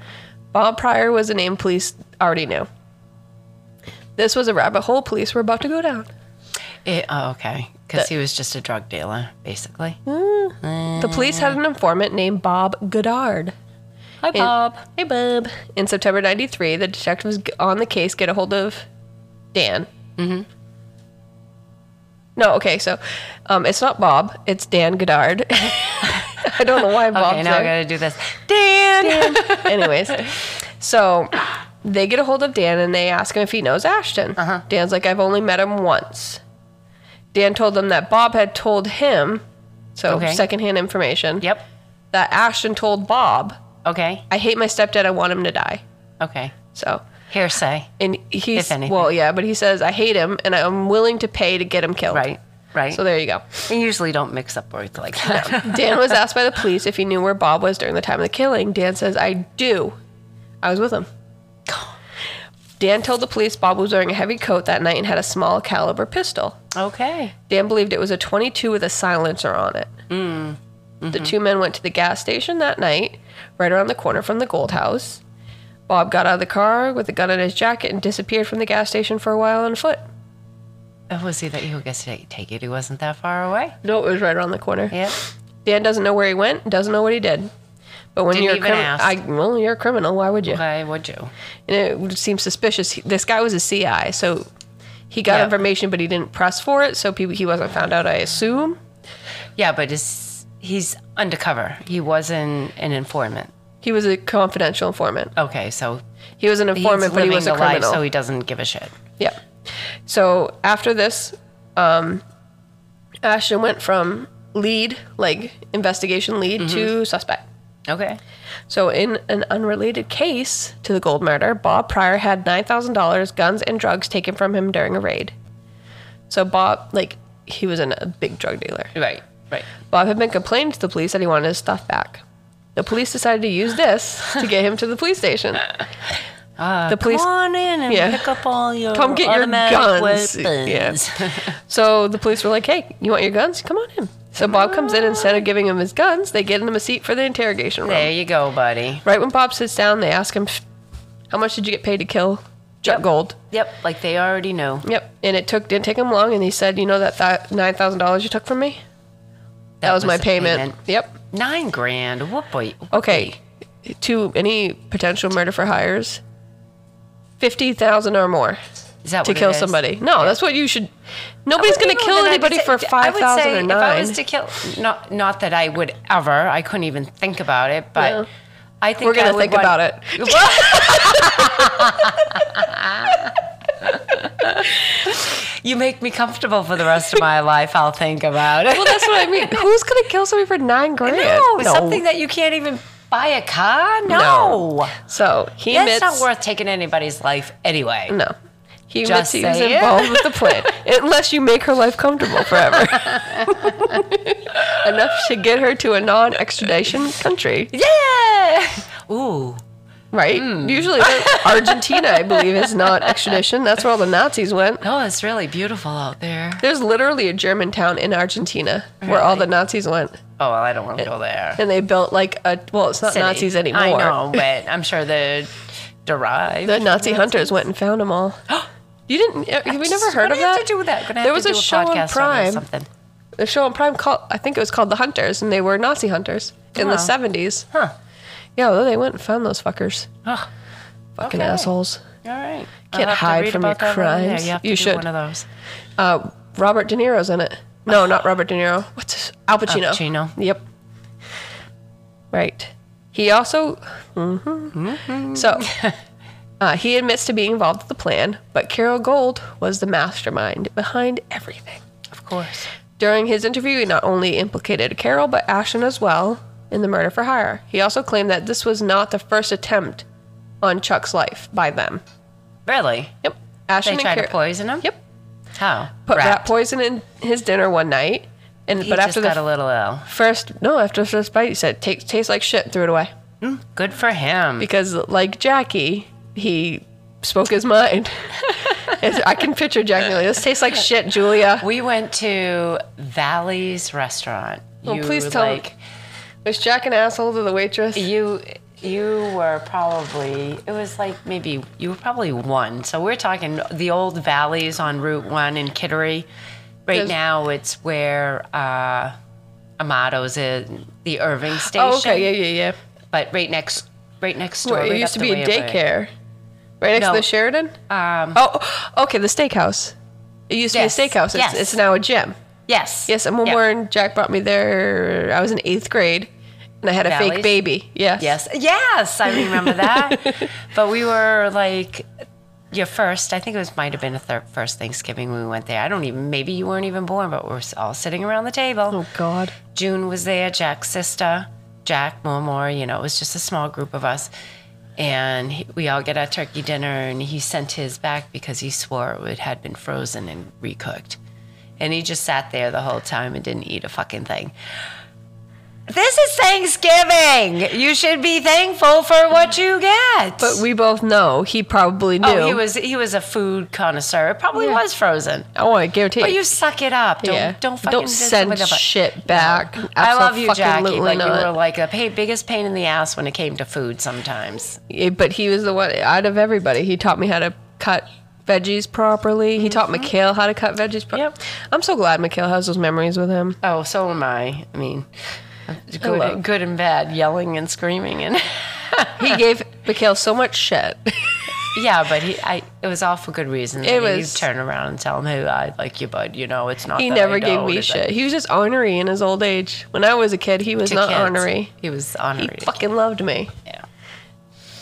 Speaker 1: Bob Pryor was a name police already knew. This was a rabbit hole police were about to go down.
Speaker 2: It, oh, okay. Because he was just a drug dealer, basically.
Speaker 1: Hmm. The police had an informant named Bob Goddard.
Speaker 2: Hi,
Speaker 1: In-
Speaker 2: Bob.
Speaker 1: Hey, Bob. In September 93, the detectives g- on the case get a hold of Dan. Mm hmm.
Speaker 2: Mm-hmm.
Speaker 1: No, okay, so um, it's not Bob, it's Dan Goddard. I don't know why Bob's
Speaker 2: Okay, now I
Speaker 1: there.
Speaker 2: gotta do this. Dan.
Speaker 1: Anyways, so they get a hold of Dan and they ask him if he knows Ashton.
Speaker 2: Uh-huh.
Speaker 1: Dan's like, I've only met him once. Dan told them that Bob had told him, so
Speaker 2: Okay.
Speaker 1: secondhand information,
Speaker 2: Yep.
Speaker 1: that Ashton told Bob,
Speaker 2: Okay.
Speaker 1: I hate my stepdad, I want him to die.
Speaker 2: Okay.
Speaker 1: So,
Speaker 2: Hearsay.
Speaker 1: and he's,
Speaker 2: If anything.
Speaker 1: well, yeah, but he says, I hate him and I'm willing to pay to get him killed.
Speaker 2: Right. Right.
Speaker 1: So
Speaker 2: So
Speaker 1: there you go.
Speaker 2: they usually don't mix up words like that.
Speaker 1: Dan was asked by the police if he knew where Bob was during the time of the killing. Dan says, I do. I was with him. Dan told the police Bob was wearing a heavy coat that night and had a small caliber pistol.
Speaker 2: okay.
Speaker 1: Dan believed it was a 22 with a silencer on it.
Speaker 2: Mm,
Speaker 1: The
Speaker 2: mm-hmm.
Speaker 1: two men went to the gas station that night, right around the corner from the Gold House. Bob got out of the car with a gun in his jacket and disappeared from the gas station for a while on foot.
Speaker 2: Oh, was he that you guess take take it? He wasn't that far away.
Speaker 1: No, it was right around the corner.
Speaker 2: Yep.
Speaker 1: Dan doesn't know where he went, doesn't know what he did. But when
Speaker 2: Didn't
Speaker 1: you're a
Speaker 2: even
Speaker 1: criminal,
Speaker 2: ask.
Speaker 1: I well, you're a criminal. Why would you?
Speaker 2: Why would you?
Speaker 1: And it would seem suspicious. He- This guy was a CI, so he got
Speaker 2: Yeah.
Speaker 1: information, but he didn't press for it, so people, he wasn't found out. I assume.
Speaker 2: Yeah, but it's, he's undercover. He wasn't an informant.
Speaker 1: He was a confidential informant.
Speaker 2: Okay, so
Speaker 1: He was an
Speaker 2: he's
Speaker 1: informant, but he
Speaker 2: living
Speaker 1: was a
Speaker 2: the life,
Speaker 1: criminal.
Speaker 2: so he doesn't give a shit.
Speaker 1: yeah. So after this, um, Ashton went from lead, like investigation lead,
Speaker 2: Mm-hmm.
Speaker 1: to suspect.
Speaker 2: Okay.
Speaker 1: So, in an unrelated case to the gold murder, Bob Pryor had $9,000 guns and drugs taken from him during a raid. So, Bob, like, he was an, a big drug dealer.
Speaker 2: Right. Right.
Speaker 1: Bob had been complaining to the police that he wanted his stuff back. The police decided to use this to get him to the police station. the police
Speaker 2: Ah, Come on in and
Speaker 1: Yeah.
Speaker 2: pick up all your
Speaker 1: Come get your
Speaker 2: Oh, automatic
Speaker 1: guns.
Speaker 2: weapons.
Speaker 1: So the police were like, "Hey, you want your guns? Come on in." So Bob comes in instead of giving him his guns, they get him a seat for the interrogation room.
Speaker 2: There you go, buddy.
Speaker 1: Right when Bob sits down, they ask him, "How much did you get paid to kill Chuck Gold?"
Speaker 2: Yep, like they already know.
Speaker 1: Yep. And it took didn't take him long, and he said, "You know that th- nine thousand dollars you took from me? That, was, my
Speaker 2: the
Speaker 1: payment. Yep.
Speaker 2: Nine grand. What boy?
Speaker 1: Okay. To any potential murder for hires, fifty thousand or more
Speaker 2: Is that
Speaker 1: to
Speaker 2: what it
Speaker 1: kill
Speaker 2: is?
Speaker 1: somebody. No, that's what you should. Nobody's
Speaker 2: But
Speaker 1: going
Speaker 2: you
Speaker 1: to
Speaker 2: know,
Speaker 1: kill
Speaker 2: then I'd
Speaker 1: anybody
Speaker 2: say-
Speaker 1: for
Speaker 2: I
Speaker 1: five
Speaker 2: would
Speaker 1: thousand
Speaker 2: say
Speaker 1: or
Speaker 2: If I was
Speaker 1: nine.
Speaker 2: to kill, not not that I would ever. I couldn't even think about it. But
Speaker 1: Yeah.
Speaker 2: I think
Speaker 1: We're going
Speaker 2: I
Speaker 1: to
Speaker 2: would
Speaker 1: think
Speaker 2: want-
Speaker 1: about it.
Speaker 2: You make me comfortable for the rest of my life. I'll think about it.
Speaker 1: Well, that's what I mean. Who's going to kill somebody for nine grand?
Speaker 2: no, something that you can't even buy a car. No,
Speaker 1: So he
Speaker 2: that's
Speaker 1: admits
Speaker 2: not worth taking anybody's life anyway.
Speaker 1: No. He admits
Speaker 2: Just
Speaker 1: he was
Speaker 2: saying.
Speaker 1: involved with the plan. Unless you make her life comfortable forever. Enough to get her to a non extradition country,
Speaker 2: Yeah. Ooh.
Speaker 1: right?
Speaker 2: Hmm.
Speaker 1: Usually, the- Argentina, I believe, is not extradition. That's where all the Nazis went.
Speaker 2: Oh, it's really beautiful out there.
Speaker 1: There's literally a German town in Argentina where all the Nazis went.
Speaker 2: Oh well, I don't want to go there.
Speaker 1: And they built like a, well, it's not
Speaker 2: City.
Speaker 1: Nazis anymore.
Speaker 2: I know, but I'm sure they're derived.
Speaker 1: The Nazi hunters went and found them all. You didn't, have we never heard of
Speaker 2: What do you
Speaker 1: that?
Speaker 2: Have to do with that. Gonna have
Speaker 1: There was
Speaker 2: to
Speaker 1: a
Speaker 2: do
Speaker 1: show on
Speaker 2: podcast it or
Speaker 1: Prime.
Speaker 2: something.
Speaker 1: the show on Prime called I think it was called The Hunters, and they were Nazi hunters in the
Speaker 2: Wow.
Speaker 1: seventies.
Speaker 2: Huh.
Speaker 1: Yeah, well, they went and found those fuckers.
Speaker 2: Oh,
Speaker 1: Fucking
Speaker 2: Okay.
Speaker 1: assholes.
Speaker 2: all right. I'll
Speaker 1: Can't
Speaker 2: have to
Speaker 1: hide
Speaker 2: read
Speaker 1: from your
Speaker 2: about that one. Yeah,
Speaker 1: crimes.
Speaker 2: you have to
Speaker 1: You
Speaker 2: do
Speaker 1: should.
Speaker 2: one of those.
Speaker 1: Uh, Robert De Niro's in it. No, not Robert De Niro. What's his? Al Pacino.
Speaker 2: Oh. Al Pacino.
Speaker 1: Yep. Right. He also.
Speaker 2: Mm-hmm.
Speaker 1: hmm So. Uh, he admits to being involved with the plan, but Carol Gold was the mastermind behind everything.
Speaker 2: Of course.
Speaker 1: During his interview, he not only implicated Carol, but Ashton as well in the murder for hire. He also claimed that this was not the first attempt on Chuck's life by them.
Speaker 2: Really?
Speaker 1: Yep. Ashton
Speaker 2: They tried to
Speaker 1: Kara-
Speaker 2: poison him?
Speaker 1: Yep.
Speaker 2: How?
Speaker 1: Put rat
Speaker 2: Wrapped.
Speaker 1: poison in his dinner one night, and
Speaker 2: He
Speaker 1: but
Speaker 2: just
Speaker 1: after the
Speaker 2: got a little ill.
Speaker 1: first no after the first bite he said tastes tastes like shit and threw it away
Speaker 2: Good for him.
Speaker 1: because like Jackie he spoke his mind. It's- I can picture Jackie like this tastes like shit, Julia.
Speaker 2: we went to Valley's restaurant.
Speaker 1: Well,
Speaker 2: you
Speaker 1: Oh, please tell me.
Speaker 2: like,
Speaker 1: Was Jack an asshole to the waitress?
Speaker 2: you you were probably it was like maybe you were probably one so we're talking the old valleys on route one in kittery right
Speaker 1: There's-
Speaker 2: now it's where uh amato's is the irving station
Speaker 1: Oh, okay, yeah, yeah, yeah.
Speaker 2: but right next right next door
Speaker 1: Where it
Speaker 2: right
Speaker 1: used
Speaker 2: up
Speaker 1: to
Speaker 2: the
Speaker 1: be a
Speaker 2: way of it.
Speaker 1: daycare, right next
Speaker 2: No.
Speaker 1: to the Sheridan.
Speaker 2: um
Speaker 1: Oh, okay, the steakhouse. It used to
Speaker 2: Yes,
Speaker 1: be a steakhouse. It's,
Speaker 2: yes.
Speaker 1: it's now a gym.
Speaker 2: yes
Speaker 1: Yes, and when
Speaker 2: Yeah.
Speaker 1: Warren Jack brought me there, I was in eighth grade, and I had a fake
Speaker 2: Valleys?
Speaker 1: baby. Yes.
Speaker 2: Yes. Yes, I remember that. but we were like your first, I think it was might have been the thir- first Thanksgiving we went there. I don't even maybe you weren't even born, but we're all sitting around the table.
Speaker 1: Oh God.
Speaker 2: June was there, Jack's sister, Jack, more, more, you know, it was just a small group of us. And he, we all get our turkey dinner, and he sent his back because he swore it had been frozen and recooked. And he just sat there the whole time and didn't eat a fucking thing. This is Thanksgiving. You should be thankful for what you get.
Speaker 1: But we both know he probably knew.
Speaker 2: oh, he was he was a food connoisseur. It probably
Speaker 1: Yeah.
Speaker 2: was frozen.
Speaker 1: I want to guarantee.
Speaker 2: But you suck it up. Don't
Speaker 1: yeah.
Speaker 2: don't fucking
Speaker 1: don't
Speaker 2: visit
Speaker 1: send
Speaker 2: with a fu-
Speaker 1: shit back.
Speaker 2: I love you, Jackie,
Speaker 1: Absolutely
Speaker 2: but you were
Speaker 1: not.
Speaker 2: like the pa biggest pain in the ass when it came to food sometimes.
Speaker 1: Yeah, But he was the one out of everybody. He taught me how to cut veggies properly. He taught Mikhail how to cut veggies. properly.
Speaker 2: Mm-hmm. Yep.
Speaker 1: I'm so glad Mikhail has those memories with him.
Speaker 2: Oh, so am I. I mean,
Speaker 1: Hello.
Speaker 2: good, good and bad, yelling and screaming and
Speaker 1: He gave Mikhail so much shit.
Speaker 2: yeah, but he, I, it was all for good reason.
Speaker 1: It
Speaker 2: And he'd
Speaker 1: was-
Speaker 2: turn around and tell him, "Hey, I like you, bud. You know, it's not."
Speaker 1: He
Speaker 2: that I
Speaker 1: never gave
Speaker 2: don't."
Speaker 1: me
Speaker 2: It's
Speaker 1: shit.
Speaker 2: like,
Speaker 1: He was just ornery in his old age. When I was a kid, he was
Speaker 2: "To
Speaker 1: not
Speaker 2: kids."
Speaker 1: ornery.
Speaker 2: He was
Speaker 1: He
Speaker 2: ornery.
Speaker 1: fucking loved me
Speaker 2: yeah.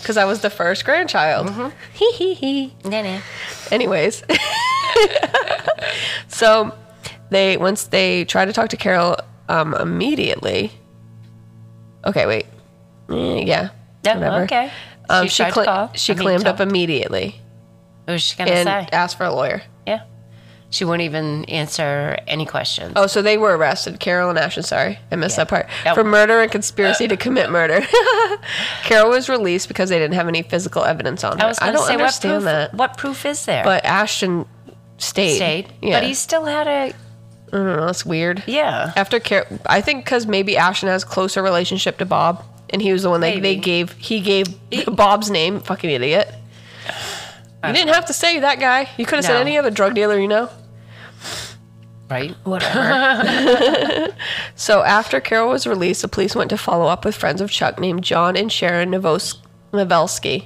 Speaker 1: because I was the first grandchild.
Speaker 2: Mm-hmm.
Speaker 1: Hee hee hee.
Speaker 2: Nene.
Speaker 1: Anyways, so they once they try to talk to Carol um, immediately. Okay, wait. Mm, yeah.
Speaker 2: Yeah,
Speaker 1: whatever.
Speaker 2: okay.
Speaker 1: Um,
Speaker 2: She
Speaker 1: she
Speaker 2: tried to
Speaker 1: cla-
Speaker 2: call.
Speaker 1: she
Speaker 2: I mean,
Speaker 1: clammed
Speaker 2: talk.
Speaker 1: up immediately
Speaker 2: What was she gonna
Speaker 1: and
Speaker 2: say?
Speaker 1: asked for a lawyer.
Speaker 2: yeah. She wouldn't even answer any questions.
Speaker 1: Oh, so they were arrested. Carol and Ashton, sorry. I missed
Speaker 2: Yeah.
Speaker 1: that part.
Speaker 2: That-
Speaker 1: For murder and conspiracy to commit murder. Carol was released because they didn't have any physical evidence on her.
Speaker 2: I was gonna
Speaker 1: don't
Speaker 2: say, what
Speaker 1: understand
Speaker 2: proof?
Speaker 1: that.
Speaker 2: What proof is there?
Speaker 1: But Ashton stayed.
Speaker 2: Stayed,
Speaker 1: Yeah.
Speaker 2: but he still had a
Speaker 1: I don't know. That's weird.
Speaker 2: yeah.
Speaker 1: After Carol, I think because maybe Ashton has closer relationship to Bob, and he was the one that they
Speaker 2: Maybe.
Speaker 1: gave. He gave Bob's name. Fucking idiot. You didn't have to say that guy. You could have said
Speaker 2: No.
Speaker 1: any other drug dealer you know.
Speaker 2: Right? Whatever.
Speaker 1: So after Carol was released, the police went to follow up with friends of Chuck named John and Sharon Novos- Novelsky.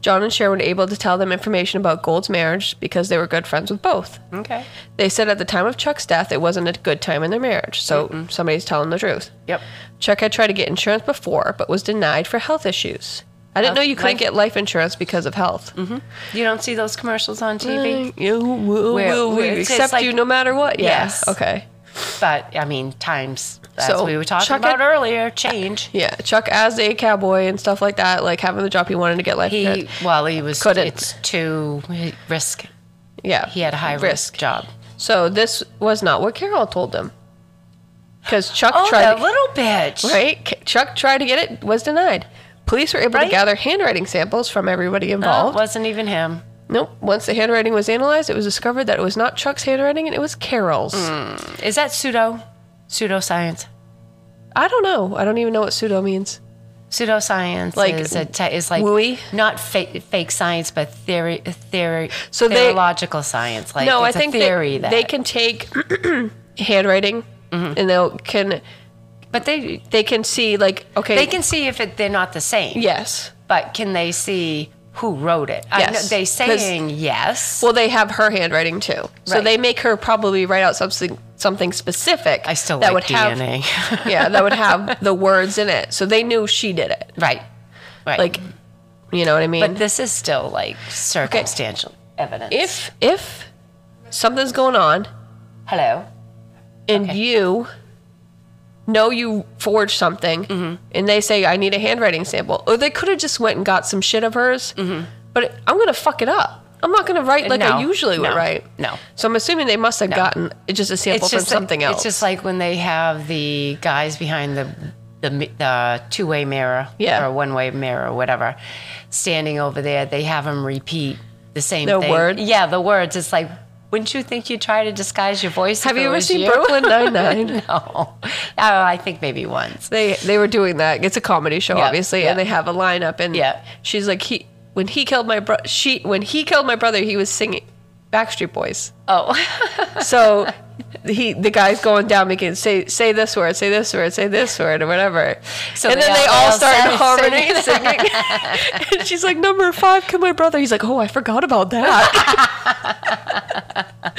Speaker 1: John and Sharon were able to tell them information about Gold's marriage because they were good friends with both.
Speaker 2: okay.
Speaker 1: They said at the time of Chuck's death, it wasn't a good time in their marriage, so somebody's telling the truth.
Speaker 2: Yep.
Speaker 1: Chuck had tried to get insurance before, but was denied for health issues. I didn't know you couldn't
Speaker 2: life-
Speaker 1: get life insurance because of health.
Speaker 2: Mm-hmm. You don't see those commercials on TV,
Speaker 1: You will,
Speaker 2: Where-
Speaker 1: will,
Speaker 2: where
Speaker 1: we
Speaker 2: it's
Speaker 1: accept
Speaker 2: like-
Speaker 1: you no matter what. Yeah.
Speaker 2: Yes.
Speaker 1: Okay.
Speaker 2: but I mean, times as
Speaker 1: So,
Speaker 2: we were talking
Speaker 1: Chuck
Speaker 2: about
Speaker 1: had-
Speaker 2: earlier change.
Speaker 1: Yeah. Chuck, as a cowboy and stuff like that, like having the job he wanted to get life
Speaker 2: He
Speaker 1: insurance.
Speaker 2: well, he was
Speaker 1: Couldn't.
Speaker 2: it's too risk.
Speaker 1: Yeah.
Speaker 2: He had a high risk, job.
Speaker 1: So this was not what Carol told them. Because Chuck
Speaker 2: Oh,
Speaker 1: tried.
Speaker 2: that
Speaker 1: to-
Speaker 2: little bitch.
Speaker 1: Right? K- Chuck tried to get it, was denied. Police were able to
Speaker 2: Right? Uh,
Speaker 1: gather handwriting samples from everybody
Speaker 2: No, it
Speaker 1: involved.
Speaker 2: wasn't even him.
Speaker 1: nope. Once the handwriting was analyzed, it was discovered that it was not Chuck's handwriting and it was Carol's.
Speaker 2: Mm. Is that pseudo? Pseudoscience.
Speaker 1: I don't know. I don't even know what pseudo means.
Speaker 2: Pseudoscience
Speaker 1: Like,
Speaker 2: is a te- is like
Speaker 1: wooey?
Speaker 2: not fake fake science, but theory theory.
Speaker 1: So they-
Speaker 2: theological science. Like
Speaker 1: no, I
Speaker 2: it's a
Speaker 1: think they-
Speaker 2: theory
Speaker 1: they,
Speaker 2: that Mm-hmm.
Speaker 1: can take handwriting and they can
Speaker 2: But they
Speaker 1: they can see like okay
Speaker 2: they can see if it, they're not the same.
Speaker 1: yes.
Speaker 2: But can they see who wrote it? I know
Speaker 1: Yes.
Speaker 2: they
Speaker 1: 'Cause-
Speaker 2: saying yes.
Speaker 1: Well, they have her handwriting too, so
Speaker 2: Right.
Speaker 1: they make her probably write out something something specific.
Speaker 2: I still
Speaker 1: that
Speaker 2: like
Speaker 1: would have
Speaker 2: DNA.
Speaker 1: yeah, that would have the words in it. So they knew she did it.
Speaker 2: right. Right.
Speaker 1: Like, you know what I mean?
Speaker 2: but this is still like circumstantial evidence.
Speaker 1: if if something's going on
Speaker 2: hello,
Speaker 1: and you know you forged something
Speaker 2: Mm-hmm.
Speaker 1: and they say, I need a handwriting sample. Or they could have just went and got some shit of hers, but I'm going to fuck it up. I'm not going to write like I
Speaker 2: Mm-hmm. No,
Speaker 1: usually would
Speaker 2: no,
Speaker 1: write.
Speaker 2: no.
Speaker 1: So I'm assuming they must have gotten just a sample from
Speaker 2: like-
Speaker 1: something else.
Speaker 2: It's just like when they have the guys behind the the, mi- the two way mirror
Speaker 1: Yeah.
Speaker 2: or one way mirror or whatever standing over there. They have them repeat the same
Speaker 1: The
Speaker 2: thing.
Speaker 1: word?
Speaker 2: Yeah, the words. It's like, wouldn't you think you'd try to disguise your voice?
Speaker 1: have
Speaker 2: if
Speaker 1: you
Speaker 2: it
Speaker 1: ever
Speaker 2: was
Speaker 1: seen
Speaker 2: you?
Speaker 1: Brooklyn Nine-Nine?
Speaker 2: No, oh, I think maybe once.
Speaker 1: They they were doing that. It's a comedy show,
Speaker 2: Yeah,
Speaker 1: obviously,
Speaker 2: yeah.
Speaker 1: and they have a lineup. And
Speaker 2: Yeah.
Speaker 1: she's like, he when he killed my bro, she when he killed my brother, he was singing Backstreet Boys.
Speaker 2: Oh,
Speaker 1: So he the guy's going down making say say this word, say this word, say this word, or whatever.
Speaker 2: So
Speaker 1: and
Speaker 2: they
Speaker 1: then they
Speaker 2: all-
Speaker 1: all
Speaker 2: they all
Speaker 1: start
Speaker 2: started
Speaker 1: harmony and singing. and she's like, number five, kill my brother. He's like, oh, I forgot about that. all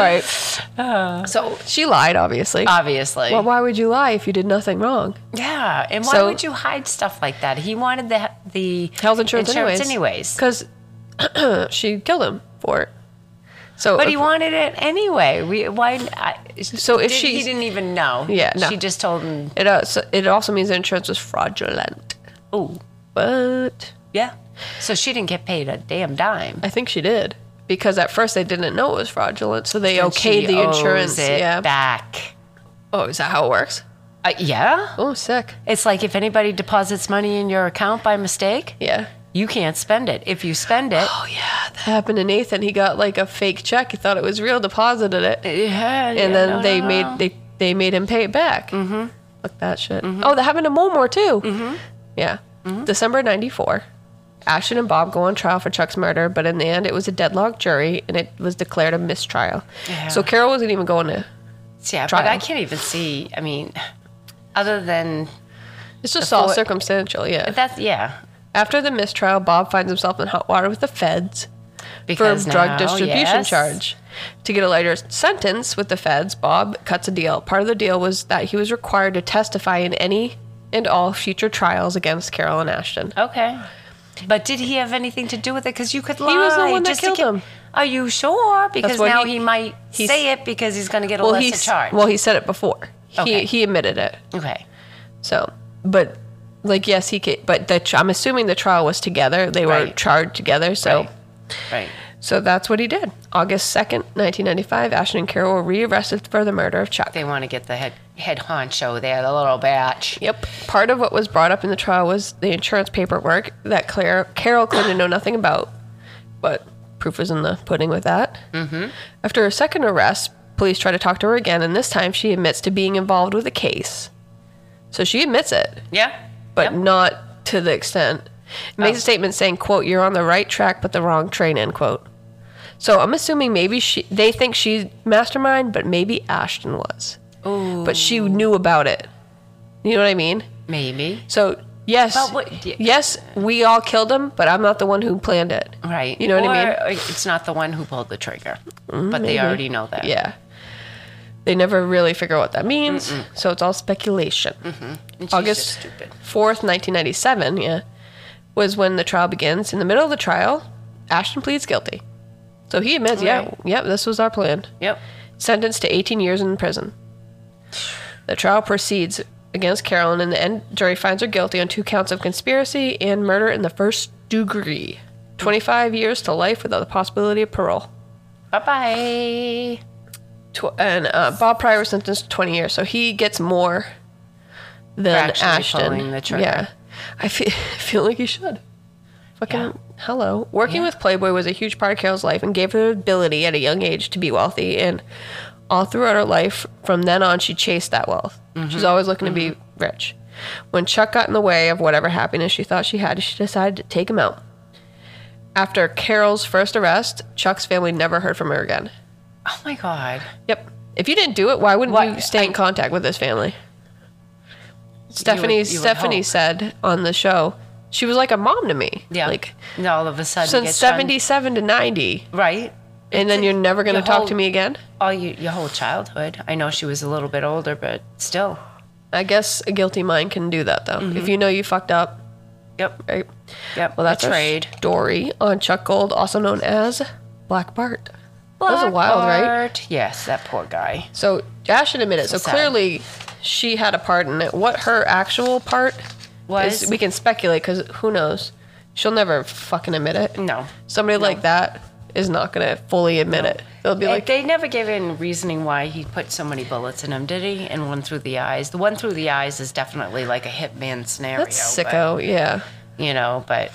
Speaker 1: right. so she lied, obviously.
Speaker 2: Uh. obviously.
Speaker 1: well, why would you lie if you did nothing wrong?
Speaker 2: yeah, and why
Speaker 1: So-
Speaker 2: would you hide stuff like that? He wanted the the
Speaker 1: health insurance,
Speaker 2: anyways.
Speaker 1: Because she killed him for it. So,
Speaker 2: But he wanted it anyway. We why? I,
Speaker 1: So if
Speaker 2: did-
Speaker 1: she's-
Speaker 2: he didn't even know.
Speaker 1: Yeah, no.
Speaker 2: she just told him.
Speaker 1: it, uh, so it also means the insurance was fraudulent.
Speaker 2: Oh,
Speaker 1: But
Speaker 2: yeah. So she didn't get paid a damn dime.
Speaker 1: I think she did because at first they didn't know it was fraudulent, so they
Speaker 2: And
Speaker 1: okayed
Speaker 2: she
Speaker 1: the
Speaker 2: owes
Speaker 1: insurance.
Speaker 2: it
Speaker 1: yeah.
Speaker 2: back.
Speaker 1: Oh, is that how it works?
Speaker 2: Uh, yeah,
Speaker 1: Oh, sick.
Speaker 2: it's like if anybody deposits money in your account by mistake,
Speaker 1: Yeah.
Speaker 2: you can't spend it. If you spend it,
Speaker 1: Oh yeah, that happened to Nathan. He got like a fake check. He thought it was real, deposited it, and
Speaker 2: yeah, yeah,
Speaker 1: then
Speaker 2: no,
Speaker 1: they
Speaker 2: no,
Speaker 1: made
Speaker 2: no.
Speaker 1: they they made him pay it back. Mm-hmm. Look that shit.
Speaker 2: Mm-hmm.
Speaker 1: Oh, that happened to Mulmore too. Mm-hmm. Yeah. December '94. Ashton and Bob go on trial for Chuck's murder, but in the end, it was a deadlock jury, and it was declared a mistrial.
Speaker 2: Yeah.
Speaker 1: So Carol wasn't even going to.
Speaker 2: yeah. But
Speaker 1: trial.
Speaker 2: I can't even see. I mean, other than
Speaker 1: It's just all
Speaker 2: Before-
Speaker 1: circumstantial, yeah.
Speaker 2: that's yeah.
Speaker 1: After the mistrial, Bob finds himself in hot water with the feds for a
Speaker 2: Because
Speaker 1: drug
Speaker 2: now,
Speaker 1: distribution
Speaker 2: yes.
Speaker 1: charge. To get a lighter sentence with the feds, Bob cuts a deal. Part of the deal was that he was required to testify in any and all future trials against Carolyn Ashton.
Speaker 2: Okay. But did he have anything to do with it? Because you could lie.
Speaker 1: was the one that
Speaker 2: just to
Speaker 1: killed
Speaker 2: get-
Speaker 1: him.
Speaker 2: Are you sure? Because
Speaker 1: what
Speaker 2: now
Speaker 1: he-
Speaker 2: he, might
Speaker 1: he's-
Speaker 2: say it because he's going to get a
Speaker 1: Well,
Speaker 2: lesser
Speaker 1: he
Speaker 2: charge.
Speaker 1: well he said it before. He
Speaker 2: Okay.
Speaker 1: he admitted it.
Speaker 2: okay.
Speaker 1: So, but like yes, he ca but the tr- I'm assuming the trial was together. They were
Speaker 2: Right.
Speaker 1: charged together, so
Speaker 2: Right. Right.
Speaker 1: So that's what he did. August 2nd, 1995, Ashton and Carol were rearrested for the murder of Chuck.
Speaker 2: They want to get the head head honcho there, the little batch.
Speaker 1: Yep. Part of what was brought up in the trial was the insurance paperwork that Claire, Carol claimed to know nothing about, but proof was in the pudding with that. Mm-hmm. After her second arrest, police try to talk to her again, and this time she admits to being involved with the case. So she admits it,
Speaker 2: Yeah.
Speaker 1: but not to the extent. It makes a statement saying, "quote You're on the right track, but the wrong train." End quote. So I'm assuming maybe she, they think she's mastermind, but maybe Ashton was. But she knew about it. You know what I mean?
Speaker 2: Maybe.
Speaker 1: So yes,
Speaker 2: But what- y-
Speaker 1: yes, we all killed him, but I'm not the one who planned it.
Speaker 2: Right.
Speaker 1: You know what I mean?
Speaker 2: Or uh, It's not the one who pulled the trigger, but they already know that.
Speaker 1: Yeah. They never really figure out what that means, so it's all speculation.
Speaker 2: And she's
Speaker 1: August
Speaker 2: just stupid.
Speaker 1: fourth, nineteen ninety seven, yeah, was when the trial begins. In the middle of the trial, Ashton pleads guilty. So he admits, yeah,
Speaker 2: Alright.
Speaker 1: yep, this was our plan.
Speaker 2: Yep.
Speaker 1: Sentenced to eighteen years in prison. The trial proceeds against Carolyn and the end jury finds her guilty on two counts of conspiracy and murder in the first degree. Twenty five years to life without the possibility of parole.
Speaker 2: Bye bye.
Speaker 1: Tw- and uh, Bob Pryor was sentenced to 20 years, so he gets more than
Speaker 2: actually
Speaker 1: Ashton.
Speaker 2: pulling the trigger.
Speaker 1: Yeah, I feel, feel like he should. Fucking
Speaker 2: Yeah.
Speaker 1: hello. Working with Playboy was a huge part of Carol's life and gave her the ability at a young age to be wealthy. And all throughout her life, from then on, she chased that wealth.
Speaker 2: Mm-hmm.
Speaker 1: She's always looking to be rich. When Chuck got in the way of whatever happiness she thought she had, she decided to take him out. After Carol's first arrest, Chuck's family never heard from her again.
Speaker 2: Oh my God.
Speaker 1: Yep. If you didn't do it, why wouldn't
Speaker 2: Why-
Speaker 1: you stay in contact with this family? Stephanie
Speaker 2: you would
Speaker 1: Stephanie
Speaker 2: hope.
Speaker 1: said on the show, she was like a mom to me.
Speaker 2: Yeah.
Speaker 1: Like
Speaker 2: And all of a sudden, it
Speaker 1: since
Speaker 2: gets done-
Speaker 1: seventy seven to ninety.
Speaker 2: Right.
Speaker 1: And then you're never gonna
Speaker 2: your
Speaker 1: talk
Speaker 2: whole-
Speaker 1: to me again?
Speaker 2: All you, your whole childhood. I know she was a little bit older, but still.
Speaker 1: I guess a guilty mind can do that though.
Speaker 2: Mm-hmm.
Speaker 1: If you know you fucked up,
Speaker 2: Yep.
Speaker 1: right?
Speaker 2: Yep.
Speaker 1: Well that's
Speaker 2: a
Speaker 1: our
Speaker 2: trade.
Speaker 1: story on Chuck Gold, also known as Black Bart. was wild, right?
Speaker 2: Blackheart. Yes, that poor guy.
Speaker 1: So Ash should admit it. So,
Speaker 2: So sad.
Speaker 1: clearly, she had a part in it. What her actual part
Speaker 2: Was-
Speaker 1: is, we can speculate because who knows? She'll never fucking admit it.
Speaker 2: No.
Speaker 1: Somebody like that is not gonna fully admit it. They'll be
Speaker 2: They-
Speaker 1: like,
Speaker 2: they never gave in reasoning why he put so many bullets in him, did he? And one through the eyes. The one through the eyes is definitely like a hitman scenario.
Speaker 1: "That's
Speaker 2: but,
Speaker 1: sicko." yeah,
Speaker 2: you know, but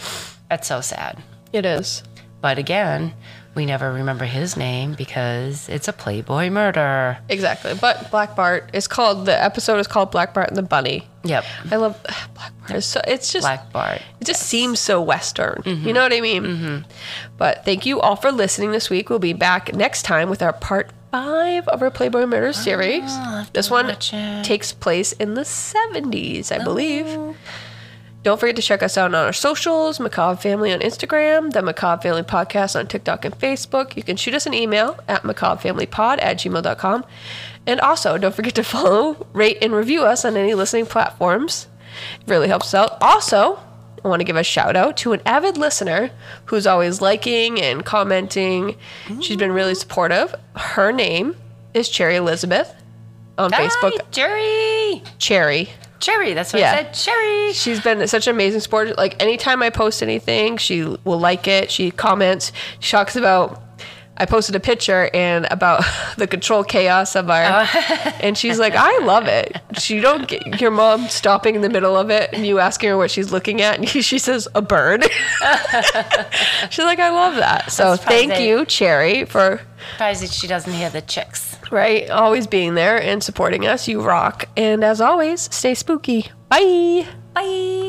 Speaker 2: that's so sad.
Speaker 1: it is.
Speaker 2: But again, we never remember his name because it's a Playboy murder.
Speaker 1: Exactly. But Black Bart is called the episode is called Black Bart and the Bunny.
Speaker 2: Yep.
Speaker 1: I love Black Bart. is So it's just
Speaker 2: Black Bart.
Speaker 1: It just seems so Western.
Speaker 2: Mm-hmm.
Speaker 1: You know what I mean? But thank you all for listening this week. We'll be back next time with our part five of our Playboy Murder series.
Speaker 2: have to
Speaker 1: this one
Speaker 2: Ah, watch it. Oh.
Speaker 1: takes place in the 70s, I believe. Don't forget to check us out on our socials Macabre Family on Instagram, The Macabre Family Podcast on TikTok and Facebook. You can shoot us an email at macabrefamilypod at gmail.com. And also, don't forget to follow, rate, and review us on any listening platforms. It really helps us out. Also, I want to give a shout out to an avid listener who's always liking and commenting. She's been really supportive. Her name is Cherry Elizabeth on Facebook.
Speaker 2: Hi, Jerry.
Speaker 1: Cherry.
Speaker 2: Cherry. That's what
Speaker 1: Yeah.
Speaker 2: I said. Cherry.
Speaker 1: She's been such an amazing support. Like anytime I post anything, she will like it. She comments. She talks about. I posted a picture and about the control chaos of our, and she's like, I love it. She don't get your mom stopping in the middle of it and you asking her what she's looking at, and she says a bird. she's like, I love that. So
Speaker 2: That's probably-
Speaker 1: thank you, Cherry, for
Speaker 2: Surprised that she doesn't hear the chicks.
Speaker 1: right always being there and supporting us. You rock, and as always, stay spooky. Bye.
Speaker 2: Bye.